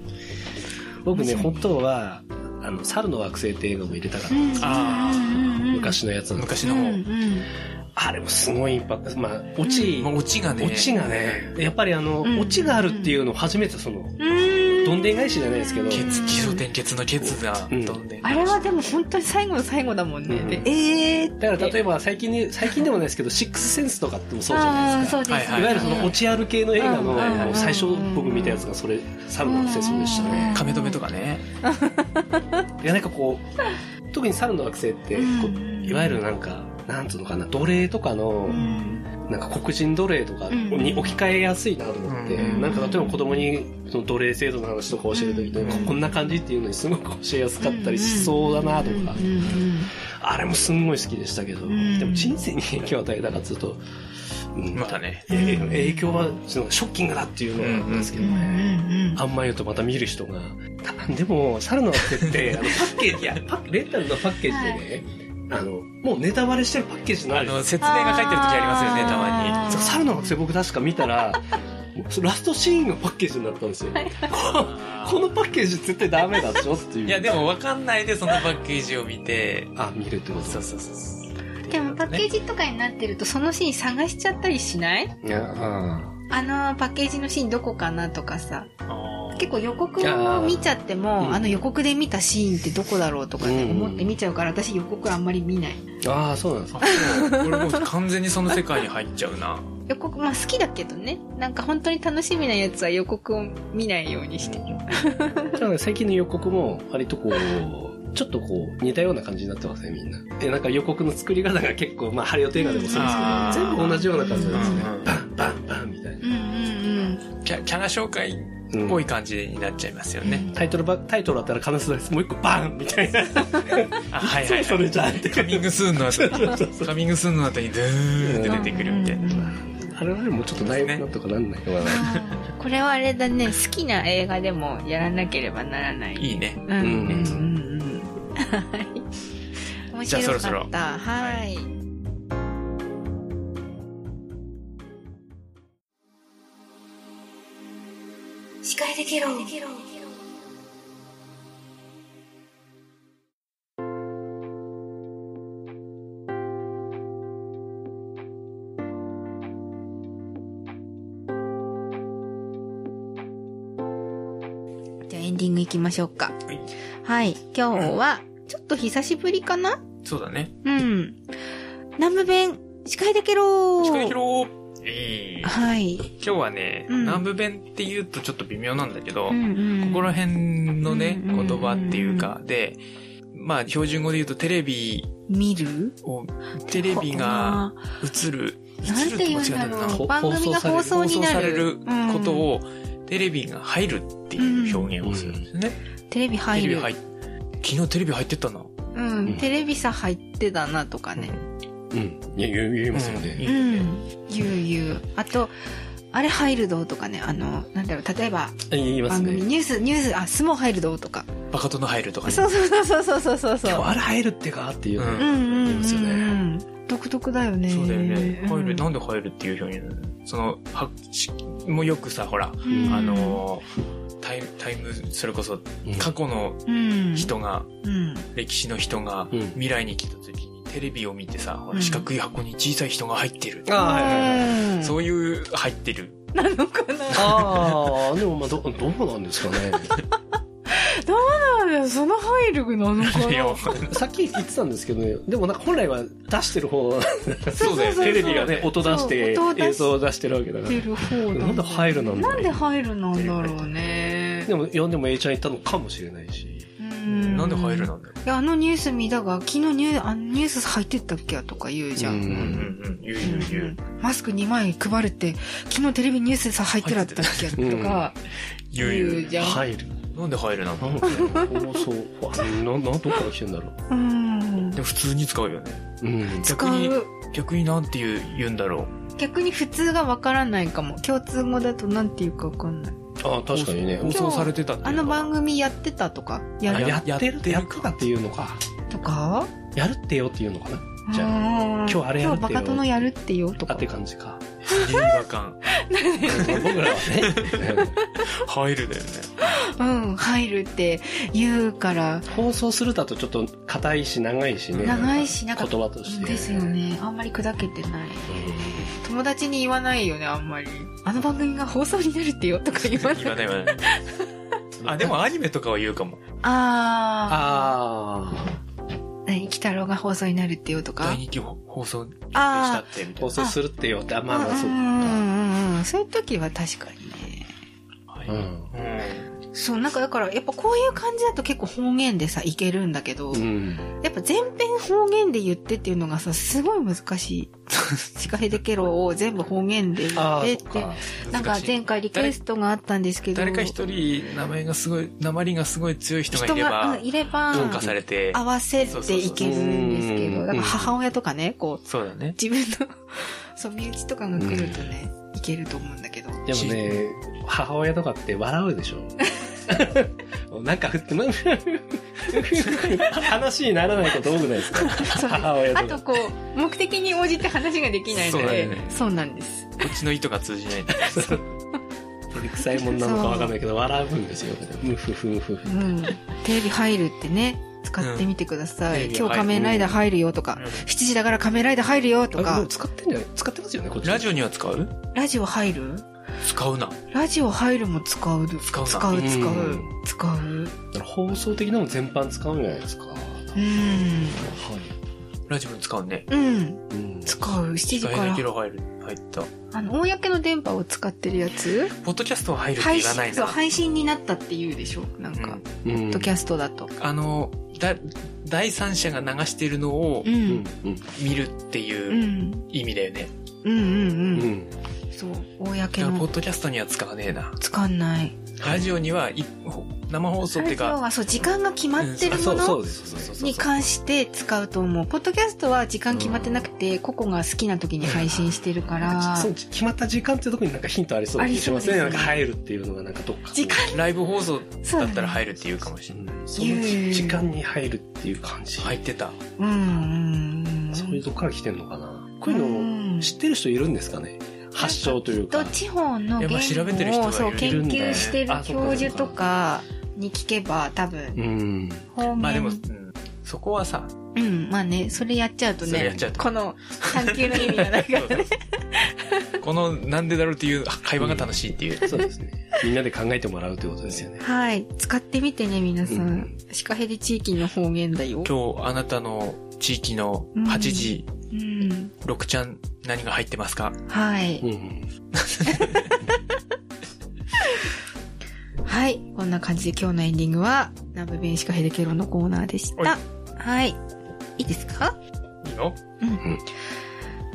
Speaker 4: 僕ね、本当は、あの、猿の惑星って映画も入れたかったんですよ。
Speaker 2: あ
Speaker 1: ー
Speaker 4: 昔のやつなんです
Speaker 2: 昔
Speaker 1: う
Speaker 2: の
Speaker 1: ん
Speaker 2: 方、
Speaker 1: うん。
Speaker 4: あれもすごいインパクト。まあ、落ち、
Speaker 2: もうオチがね、
Speaker 4: オチがね、やっぱりあの、
Speaker 1: うん
Speaker 4: オチがあるっていうのを初めてその、
Speaker 1: うん
Speaker 4: どんでん返しじゃないですけど、
Speaker 2: ケツ、基礎点、ケツのケツが
Speaker 4: うん
Speaker 2: どんでん
Speaker 1: あれはでも本当に最後の最後だもんね。
Speaker 4: うん
Speaker 1: でええー、
Speaker 4: だから例えば最近に、最近でもないですけど、シックスセンスとかってもそうじゃないですか。
Speaker 1: あーそうです、ね
Speaker 2: はいはい
Speaker 4: わゆるそのオチある系の映画
Speaker 1: うんうん
Speaker 4: の最初僕見たやつがそれ、猿の惑星そうでしたね。
Speaker 2: 亀止めとかね、
Speaker 4: いやなんかこう、特に猿の惑星って、こういわゆるなんか、なんつうのかな、奴隷とかの、なんか黒人奴隷とかに置き換えやすいなと思って、
Speaker 2: うん
Speaker 4: なんか例えば子供にその奴隷制度の話とか教えるときに、
Speaker 2: うん
Speaker 4: こんな感じっていうのにすごく教えやすかったりしそうだなとか、あれもすんごい好きでしたけど、
Speaker 1: ん
Speaker 4: でも人生に影響を与えたかっつうと、うん
Speaker 2: またね、
Speaker 4: え影響はそのショッキングだっていうのはあったんですけどね。あんま言うとまた見る人が。たでも、猿の惑星って、あの、パッケージ、いや、パッレンタルのパッケージでね、あの、もうネタバレしてるパッケージのあ
Speaker 2: あ
Speaker 4: る
Speaker 2: の、説明が書いてる時ありますよね、たま
Speaker 4: そう猿の惑星僕確か見たら、もうラストシーンがパッケージになったんですよ。このパッケージ絶対ダメだしょっていう。
Speaker 2: に。いや、でもわかんないでそのパッケージを見て、
Speaker 4: あ、見るってこと
Speaker 2: そうそうそうそう。
Speaker 1: でもパッケージとかになってるとそのシーン探しちゃったりしない
Speaker 4: いや、あ
Speaker 1: あのパッケージのシーンどこかなとかさ
Speaker 2: あー
Speaker 1: 結構予告を見ちゃってもあ,、
Speaker 4: うん
Speaker 1: の予告で見たシーンってどこだろうとかって思って見ちゃうから私予告あんまり見ない
Speaker 4: ーあー、そうなんですか。
Speaker 2: あそう 俺もう完全にその世界に入っちゃうな。
Speaker 1: 予告まあ好きだけどねなんか本当に楽しみなやつは予告を見ないようにしてる
Speaker 4: だから最近の予告も、割とこう、ちょっとこう、似たような感じになってますね、みんな。え、なんか予告の作り方が結構、まあ、ハリオテ映画でもそうです
Speaker 2: あー
Speaker 4: けど、全部同じような感じ
Speaker 2: うん
Speaker 4: なんですね。
Speaker 2: うん
Speaker 4: バンバンバンみたいな。
Speaker 1: うんうん
Speaker 2: キャキャラ紹介っ
Speaker 4: うん
Speaker 2: ぽい感じになっちゃいますよね。
Speaker 4: タイトルば、タイトルだったら必ずですもう一個バンみたいな。
Speaker 2: あ、はいはい、
Speaker 4: そ
Speaker 2: はい。
Speaker 4: れじゃんって。
Speaker 2: カ ミングスーンの後
Speaker 4: そうそうそう
Speaker 2: カミングスーンの後にドゥーンって出てくるみたいな。
Speaker 4: あれはもうちょっとないなんとかなんないかな。
Speaker 1: これはあれだね好きな映画でもやらなければならない
Speaker 2: いいね。
Speaker 1: うんうんうんうん はい面
Speaker 2: じゃあそ
Speaker 1: 白
Speaker 2: ろそ
Speaker 1: か
Speaker 2: ろ
Speaker 1: ったはい、
Speaker 5: 司会できろ。
Speaker 1: じゃあエンディングいきましょうか
Speaker 2: はい
Speaker 1: はい今日はちょっと久しぶりかな
Speaker 2: そうだね。
Speaker 1: うん南部弁司会でけろー
Speaker 2: 近い広いい
Speaker 1: はい
Speaker 2: 今日はね、
Speaker 1: うん
Speaker 2: 南部弁って言うとちょっと微妙なんだけど、
Speaker 1: こ
Speaker 2: ここら辺のね、
Speaker 1: うんうんうんうん
Speaker 2: 言葉っていうか、で、まあ、標準語で言うとテレビ
Speaker 1: 見る
Speaker 2: を、テレビが映る、
Speaker 1: なん
Speaker 2: 映るってて
Speaker 1: 言
Speaker 2: 間
Speaker 1: う
Speaker 2: 違
Speaker 1: ん
Speaker 2: いな
Speaker 1: だ
Speaker 2: い
Speaker 1: ろ
Speaker 2: な。
Speaker 1: う
Speaker 4: ほ
Speaker 1: 番組が放
Speaker 4: 放
Speaker 1: 送
Speaker 2: 放
Speaker 1: に
Speaker 2: 送
Speaker 1: な
Speaker 2: され
Speaker 1: る
Speaker 2: ること
Speaker 1: うん
Speaker 2: を、テレビが入るっていう表現をするんですね。
Speaker 1: テレビ入
Speaker 2: テレ
Speaker 1: る
Speaker 2: ビ入っ、昨日テレビ入ってたな。
Speaker 1: うん、テレビさ入ってだなとかね。
Speaker 4: うん。いや、言う言いますよ
Speaker 2: うん
Speaker 4: ね。
Speaker 1: うん。ゆうゆう。あと、あれ入るどとかね。あの、なんだろう、例えば、
Speaker 4: 言います
Speaker 1: 番組、
Speaker 4: ね。
Speaker 1: ニュース、ニュース、あ、相撲入るどとか。
Speaker 2: バカ殿入るとかね。
Speaker 1: そうそうそうそうそうそうそう。
Speaker 4: あれ入るってかっていう
Speaker 2: う
Speaker 1: うんんうん
Speaker 4: 言
Speaker 1: う
Speaker 4: い
Speaker 1: ん
Speaker 4: ま
Speaker 1: う
Speaker 4: すよね。
Speaker 1: ん。独特だよね。
Speaker 2: そうだよね。入る、なん
Speaker 1: で
Speaker 2: で入るっていう表現なのその、は、しもうよくさ、ほら、
Speaker 1: うん
Speaker 2: あのー、タイム、タイム、それこそ、過去の
Speaker 1: うん。
Speaker 2: 人が、
Speaker 1: うん。
Speaker 2: 歴史の人が
Speaker 4: うん
Speaker 2: 未来に来た時にテレビを見てさ、ほ
Speaker 1: う
Speaker 2: ら
Speaker 1: ん
Speaker 2: 四角い箱に小さい人が入ってる。
Speaker 4: あはいはいはい。
Speaker 1: うん
Speaker 2: そういう入ってる。
Speaker 4: ああ、でもまあ、ど、どうなんですかね。
Speaker 1: そうだよその入るなのかな。
Speaker 2: いや
Speaker 4: さっき言ってたんですけどね、でもなんか本来は出してる方、
Speaker 2: そうだよ
Speaker 4: テ
Speaker 2: ね。
Speaker 4: レビがね、音出して
Speaker 1: そう音を出し
Speaker 4: 映像を出してるわけだか
Speaker 1: 入ってる方だ
Speaker 4: ら。なんで入るなんだろう
Speaker 1: なんで入るなんだろうね。
Speaker 4: でも、呼んでも A ちゃん行ったのかもしれないし。
Speaker 1: うん
Speaker 2: なんで入るなんだよ。
Speaker 1: いや、あのニュース見たが、昨日ニューあのニュース入ってったっけとか言うじゃ。
Speaker 4: う
Speaker 2: う
Speaker 4: ん
Speaker 2: んうん
Speaker 4: ん。
Speaker 2: うん。言う言う言う。
Speaker 1: マスク2枚配るって、昨日テレビニュースさ入ってらったっけ
Speaker 4: うん
Speaker 1: とか
Speaker 2: 言う
Speaker 1: 言
Speaker 2: 言
Speaker 1: うじゃん。
Speaker 4: 入る。
Speaker 2: う。なんで入るなんだ
Speaker 4: な
Speaker 2: ろ
Speaker 4: んかね、放送、な、な、どっから来てんだろ
Speaker 1: う
Speaker 4: う。
Speaker 1: ん
Speaker 2: う。で。も普通に使うよね。
Speaker 4: うん。
Speaker 1: 使
Speaker 2: 逆に
Speaker 1: う。
Speaker 2: 逆になんて言う、言うんだろう。
Speaker 1: 逆に普通がわからないかも。共通語だとなんていうかわかんない。
Speaker 4: あ、確かにね。
Speaker 2: 放送されてたっていう
Speaker 1: あの番
Speaker 2: 組。
Speaker 1: 組やってたとか、
Speaker 4: あ
Speaker 1: やる
Speaker 4: やってる
Speaker 2: やってる
Speaker 4: やってたっていうのか。
Speaker 1: とか
Speaker 4: やるってよっていうのかな。じゃあ、
Speaker 1: 今
Speaker 4: 今日あれやるって
Speaker 1: 今
Speaker 4: よ
Speaker 1: 日バカ殿やるってよ と
Speaker 4: あ
Speaker 1: か。
Speaker 4: って感じか。
Speaker 2: 違和感。
Speaker 4: 僕らはね、
Speaker 2: 入るだよね。
Speaker 1: うん、入るって言うから、
Speaker 4: 放送するだとちょっと硬いし長いしね。
Speaker 1: 長いし、なんか、
Speaker 4: 言葉として。
Speaker 1: ですよね。あんまり砕けてない。
Speaker 4: う
Speaker 1: 友達に言わないよね、あんまり。あの番組が放送になるってよとか言わない。
Speaker 2: 言わないわね。
Speaker 4: ん。
Speaker 2: あ、でもアニメとかは言うかも。
Speaker 1: あ
Speaker 4: あ
Speaker 1: ー、何、鬼太郎が放送になるってよとか
Speaker 2: 第。2期放送決定した
Speaker 1: あ
Speaker 2: って、み
Speaker 4: ー
Speaker 2: たい
Speaker 4: 放送するってよって、あまあまあそううん
Speaker 1: うんうんうん。そういう時は確かにね。
Speaker 2: な。はい
Speaker 4: か。うん。
Speaker 2: うん。
Speaker 1: そう、なんかだから、やっぱこういう感じだと結構方言でさ、いけるんだけど、
Speaker 4: うん。
Speaker 1: やっぱ全編方言で言ってっていうのがさ、すごい難しい。シカヘデケロを全部方言で言っ
Speaker 4: ああ、
Speaker 1: て
Speaker 4: そ
Speaker 1: っ
Speaker 4: ってか。。
Speaker 1: なんか前回リクエストがあったんですけど、
Speaker 2: 誰か一人名前がすごい、鉛がすごい強い人がいれ
Speaker 1: う
Speaker 2: ば
Speaker 1: ん、いれば、
Speaker 2: 文化されて、
Speaker 1: 合わせていけるんですけ
Speaker 4: そうそうそう
Speaker 1: ど、
Speaker 4: う
Speaker 1: だ
Speaker 4: ん
Speaker 1: から母親とかね、こう、
Speaker 2: そうだね。
Speaker 1: 自分の、 そう、身内とかが来るとね、いけると思うんだけど。
Speaker 4: でもね、母親とかって笑うでしょ。 なんか振って、なんか話にならないこと多くないですか
Speaker 1: そう
Speaker 4: 母親
Speaker 1: あ
Speaker 4: と
Speaker 1: と
Speaker 4: か。
Speaker 1: こう、目的に応じて話ができないの
Speaker 2: そうだ
Speaker 1: で、
Speaker 2: よね
Speaker 1: そうなんです。
Speaker 2: こっちの意図が通 じないんだ。
Speaker 4: 照れくさいもんなのかわかんないけど、笑うんですよ。うんふふふふ。
Speaker 1: うん、テレビ入るってね使ってみてください、
Speaker 2: うん
Speaker 1: 今日仮面ライダー入るよとか、
Speaker 2: うん
Speaker 1: 7時だから仮面ライダー入るよと
Speaker 4: あも
Speaker 1: か
Speaker 4: う、使ってんじゃない使ってますよね、こっち。
Speaker 2: ラジオには使う
Speaker 1: ラジオ入る
Speaker 2: 使うな。
Speaker 1: ラジオ入るも使う
Speaker 2: 使うな
Speaker 1: 使う使う、
Speaker 4: うん
Speaker 1: 使う
Speaker 4: 放送的なの全般使うんじゃないですか。
Speaker 1: うん
Speaker 2: ラジオに使うね。
Speaker 1: うん
Speaker 4: うん
Speaker 1: 使う7時
Speaker 2: 使
Speaker 1: か
Speaker 2: えない
Speaker 1: ら
Speaker 2: けど入る、入った。
Speaker 1: あの公の電波を使ってるやつ
Speaker 2: ポッドキャストは入るって
Speaker 1: 配
Speaker 2: 言わない
Speaker 1: 信
Speaker 2: ん
Speaker 1: そう
Speaker 2: だ。
Speaker 1: 配信になったって言うでしょなん
Speaker 2: う
Speaker 1: か
Speaker 2: ん、
Speaker 4: うん
Speaker 1: ドキャストだと
Speaker 2: あの、だ、第三者が流してるのを
Speaker 1: う
Speaker 4: うんんうん
Speaker 2: 見るって
Speaker 1: うんう
Speaker 2: いうん意味だよね。
Speaker 1: うんうん
Speaker 4: う
Speaker 1: うん
Speaker 4: ん
Speaker 1: そう
Speaker 2: だ
Speaker 1: 公
Speaker 2: からポ
Speaker 1: の
Speaker 2: ッドキャストには使わねえな。
Speaker 1: 使んない
Speaker 2: ラジオには、い生放送っていう
Speaker 1: ラジオ
Speaker 2: か、
Speaker 1: はそう時間が決まってるも
Speaker 4: そうそ
Speaker 1: の
Speaker 4: うですそうです
Speaker 1: に関して使うと思う。ポッドキャストは時間決まってなくて、個々が好きな時に配信してるから
Speaker 4: そ、う決まった時間っていうところになんかヒントありそうな気しますね
Speaker 1: ありそ
Speaker 4: な
Speaker 1: うんですね
Speaker 4: か入るっていうのがなんかどっか
Speaker 1: 時間
Speaker 2: ライブ放送
Speaker 1: そう
Speaker 2: だ
Speaker 1: だ
Speaker 2: っ
Speaker 1: ね
Speaker 2: たら入るっていうかもし
Speaker 4: う
Speaker 2: れない。
Speaker 4: んその時間に入るっていう感じ、
Speaker 2: 入ってた。
Speaker 1: うんうんうん。
Speaker 4: そういうとこから来てんのかなこういうのを知ってる人いるんですかね発祥という
Speaker 1: と
Speaker 4: か
Speaker 1: 地方の言
Speaker 2: やっぱ調べてる人
Speaker 1: 語
Speaker 2: がいる
Speaker 1: をそう研究してる
Speaker 4: あそうか
Speaker 1: 教授とかに聞けば多分、
Speaker 4: ん
Speaker 1: 方面
Speaker 2: まあでも、うんそこはさ、
Speaker 1: うん、まあね、それやっちゃうと
Speaker 2: それやっ
Speaker 1: ね
Speaker 2: ちゃう、と
Speaker 1: この探求の意味がないからね。
Speaker 2: このなんでだろうっていう会話が楽しいっていう。
Speaker 4: そうですねみんなで考えてもらうということですよね
Speaker 1: はい。使ってみてね、皆さ。
Speaker 4: うん
Speaker 1: シカヘデ地域の方言だよ。
Speaker 2: 今日あなたの地域の
Speaker 1: うん
Speaker 2: 8時、
Speaker 1: うん。
Speaker 2: 6ちゃん何が入ってますか
Speaker 1: はい。
Speaker 4: うん
Speaker 1: はい。こんな感じで今日のエンディングは、南部弁士かヘデケロのコーナーでした。
Speaker 2: は
Speaker 1: はい。いいですか
Speaker 2: いいよ。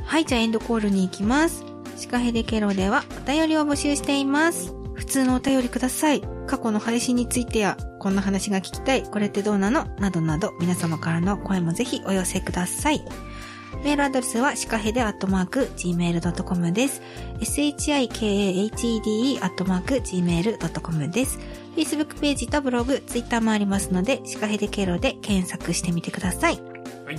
Speaker 1: はい、じゃあエンドコールに行きます。シカヘデケロではお便りを募集しています。普通のお便りください。過去の配信についてや、こんな話が聞きたい、これってどうなのなどなど、皆様からの声もぜひお寄せください。メールアドレスは、シカヘデアットマーク、gmail.com です。shikahede アットマーク、gmail.com です。Facebook ページとブログ、Twitter もありますので、シカヘデケロで検索してみてください。
Speaker 2: はい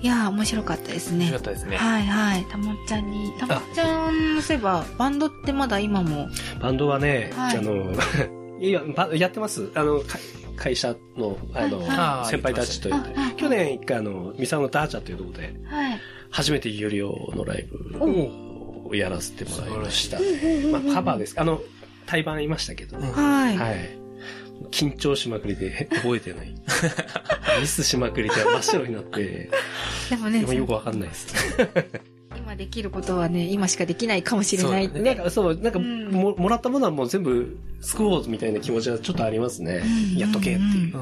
Speaker 1: いやー、面白かったですね。
Speaker 2: よかったですね。
Speaker 1: はいはい。たもっちゃんに。たもっちゃん、そういえば、バンドってまだ今も。
Speaker 4: バンドはね、
Speaker 1: はい
Speaker 4: あの いやばやってますあのか会社のあの、
Speaker 2: はい
Speaker 4: 先輩たちというか
Speaker 1: ああ
Speaker 4: 去年一回あの三沢のダーチャというところで
Speaker 1: はい。
Speaker 4: 初めて有料のライブをやらせてもらいました。まあ、カバーです。あの、対バンいましたけど。は
Speaker 1: はい。
Speaker 4: い。緊張しまくりで 覚えてない。ミスしまくりで真っ白になって、
Speaker 1: でもね、
Speaker 4: でもよくわかんないです。
Speaker 1: 今
Speaker 5: 今できることはね、今しかできないかもしれない。
Speaker 4: なんか、そう、なんか、も、もらったものはもう全部、救おうみたいな気持ちはちょっとありますね。やっとけっていう。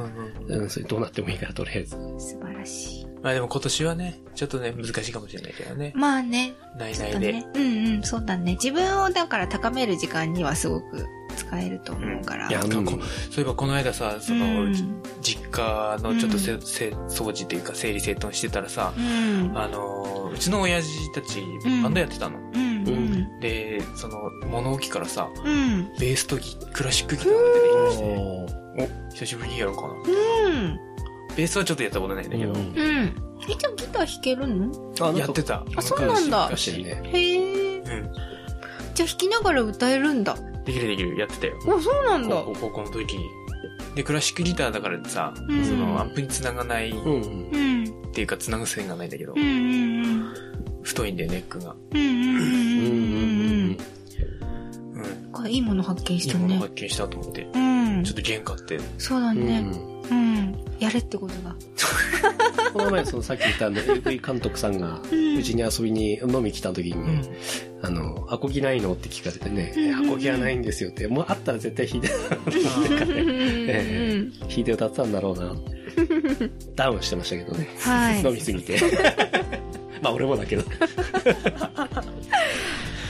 Speaker 4: うん、それどうなってもいいから、とりあえず。
Speaker 5: 素晴らしい。
Speaker 2: まあでも今年はね、ちょっとね、難しいかもしれないけどね。
Speaker 5: まあね。
Speaker 2: ない
Speaker 5: ちょ
Speaker 2: な
Speaker 5: っ
Speaker 2: い
Speaker 5: と
Speaker 2: で。
Speaker 5: ね。うんうん、そうだね。自分をだから高める時間にはすごく使えると思うから。
Speaker 4: いや、なんかこう、
Speaker 2: そういえばこの間さ、その、
Speaker 5: うん
Speaker 2: じ実家のちょっとせ、
Speaker 5: うん
Speaker 2: せ掃除っていうか整理整頓してたらさ、
Speaker 5: うん。
Speaker 2: あのー、うちの親父たち
Speaker 5: うん
Speaker 2: バンドやってたの。
Speaker 5: うん。うん。
Speaker 2: で、その物置からさ、
Speaker 5: うん。
Speaker 2: ベースとギクラシックギターが出てきまして、
Speaker 4: おー
Speaker 2: お、久しぶりにやろうかな。
Speaker 5: うん。
Speaker 2: ベースはちょっとやったことないんだけど、
Speaker 4: うん
Speaker 5: うん。え、じゃあギター弾けるの
Speaker 4: あ、
Speaker 2: や
Speaker 4: や
Speaker 2: っ
Speaker 4: ってて
Speaker 2: た。
Speaker 5: あそうなんだ
Speaker 2: 昔昔
Speaker 4: ね。
Speaker 5: へえ。
Speaker 2: うん。
Speaker 5: じゃあ弾きながら歌えるんだ。
Speaker 2: できるできる、やってたよ。
Speaker 5: あ、そうなんだ。
Speaker 2: 高校、高校の時に。で、クラシックギターだからさ、
Speaker 5: ん
Speaker 2: そのアップに繋がないっ
Speaker 4: うんうん。
Speaker 5: うん。
Speaker 2: ていうか繋ぐ線がないんだけど
Speaker 5: うんう、ん
Speaker 2: 太いんだよ、ネックが。
Speaker 5: うん。うんうん
Speaker 4: うんう
Speaker 5: う
Speaker 4: ん
Speaker 5: ん
Speaker 2: うん。
Speaker 5: うん。これいいもの発見し
Speaker 2: いい
Speaker 5: た
Speaker 2: もの
Speaker 5: ね。
Speaker 2: 発見したと思って。
Speaker 5: うん
Speaker 2: ちょ。っと弦買って。
Speaker 5: そうだ
Speaker 4: うん。う
Speaker 5: ね。
Speaker 4: ん
Speaker 5: うん。やれってことだ。
Speaker 4: この前、そのさっき言ったあの、AV 監督さんが、
Speaker 5: ん
Speaker 4: うちに遊びに飲み来た時に ね、あの、アコギないのって聞かれてね、
Speaker 5: うんうんうん
Speaker 4: アコギはないんですよって、もうあったら絶対弾いて、
Speaker 5: うんうんう
Speaker 4: え
Speaker 5: ん
Speaker 4: 弾いて歌ってたんだろうな。ダウンしてましたけどね。
Speaker 5: はい
Speaker 4: 飲みす ぎて。まあ俺もだけど。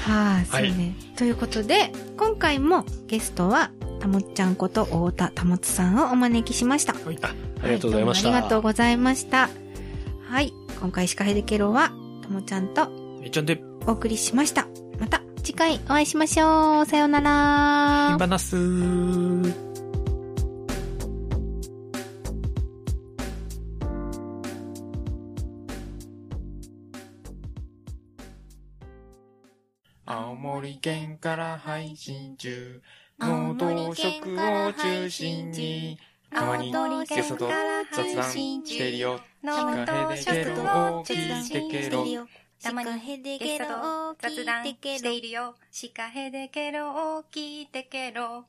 Speaker 5: はい、そうね。ということで、今回もゲストは、たもっちゃんこと太田たもつさんをお招きしました。
Speaker 4: ありがとうございました。
Speaker 5: はどうもありがとうございました。はい、今回シカヘデケロは、たもちゃんと
Speaker 2: めっちゃんで、
Speaker 5: お送りしました。また次回お会いしましょう。さようなら。
Speaker 2: バナスー。青森県から配信中、
Speaker 6: 青
Speaker 2: 能動
Speaker 6: 森
Speaker 2: 食
Speaker 6: 県
Speaker 2: を
Speaker 6: から
Speaker 2: 中
Speaker 6: 配
Speaker 2: 心
Speaker 6: 信
Speaker 2: に
Speaker 6: 中、
Speaker 2: たまに
Speaker 6: 青
Speaker 2: ゲ
Speaker 6: 森
Speaker 2: ス
Speaker 6: 県
Speaker 2: トと
Speaker 6: から
Speaker 2: 雑
Speaker 6: 配
Speaker 2: 談
Speaker 6: 信
Speaker 2: してる
Speaker 6: 中
Speaker 2: よ。
Speaker 6: 能動食を中心にしてるよたまにゲストと雑談しているよシカヘデケロを聞いてケロ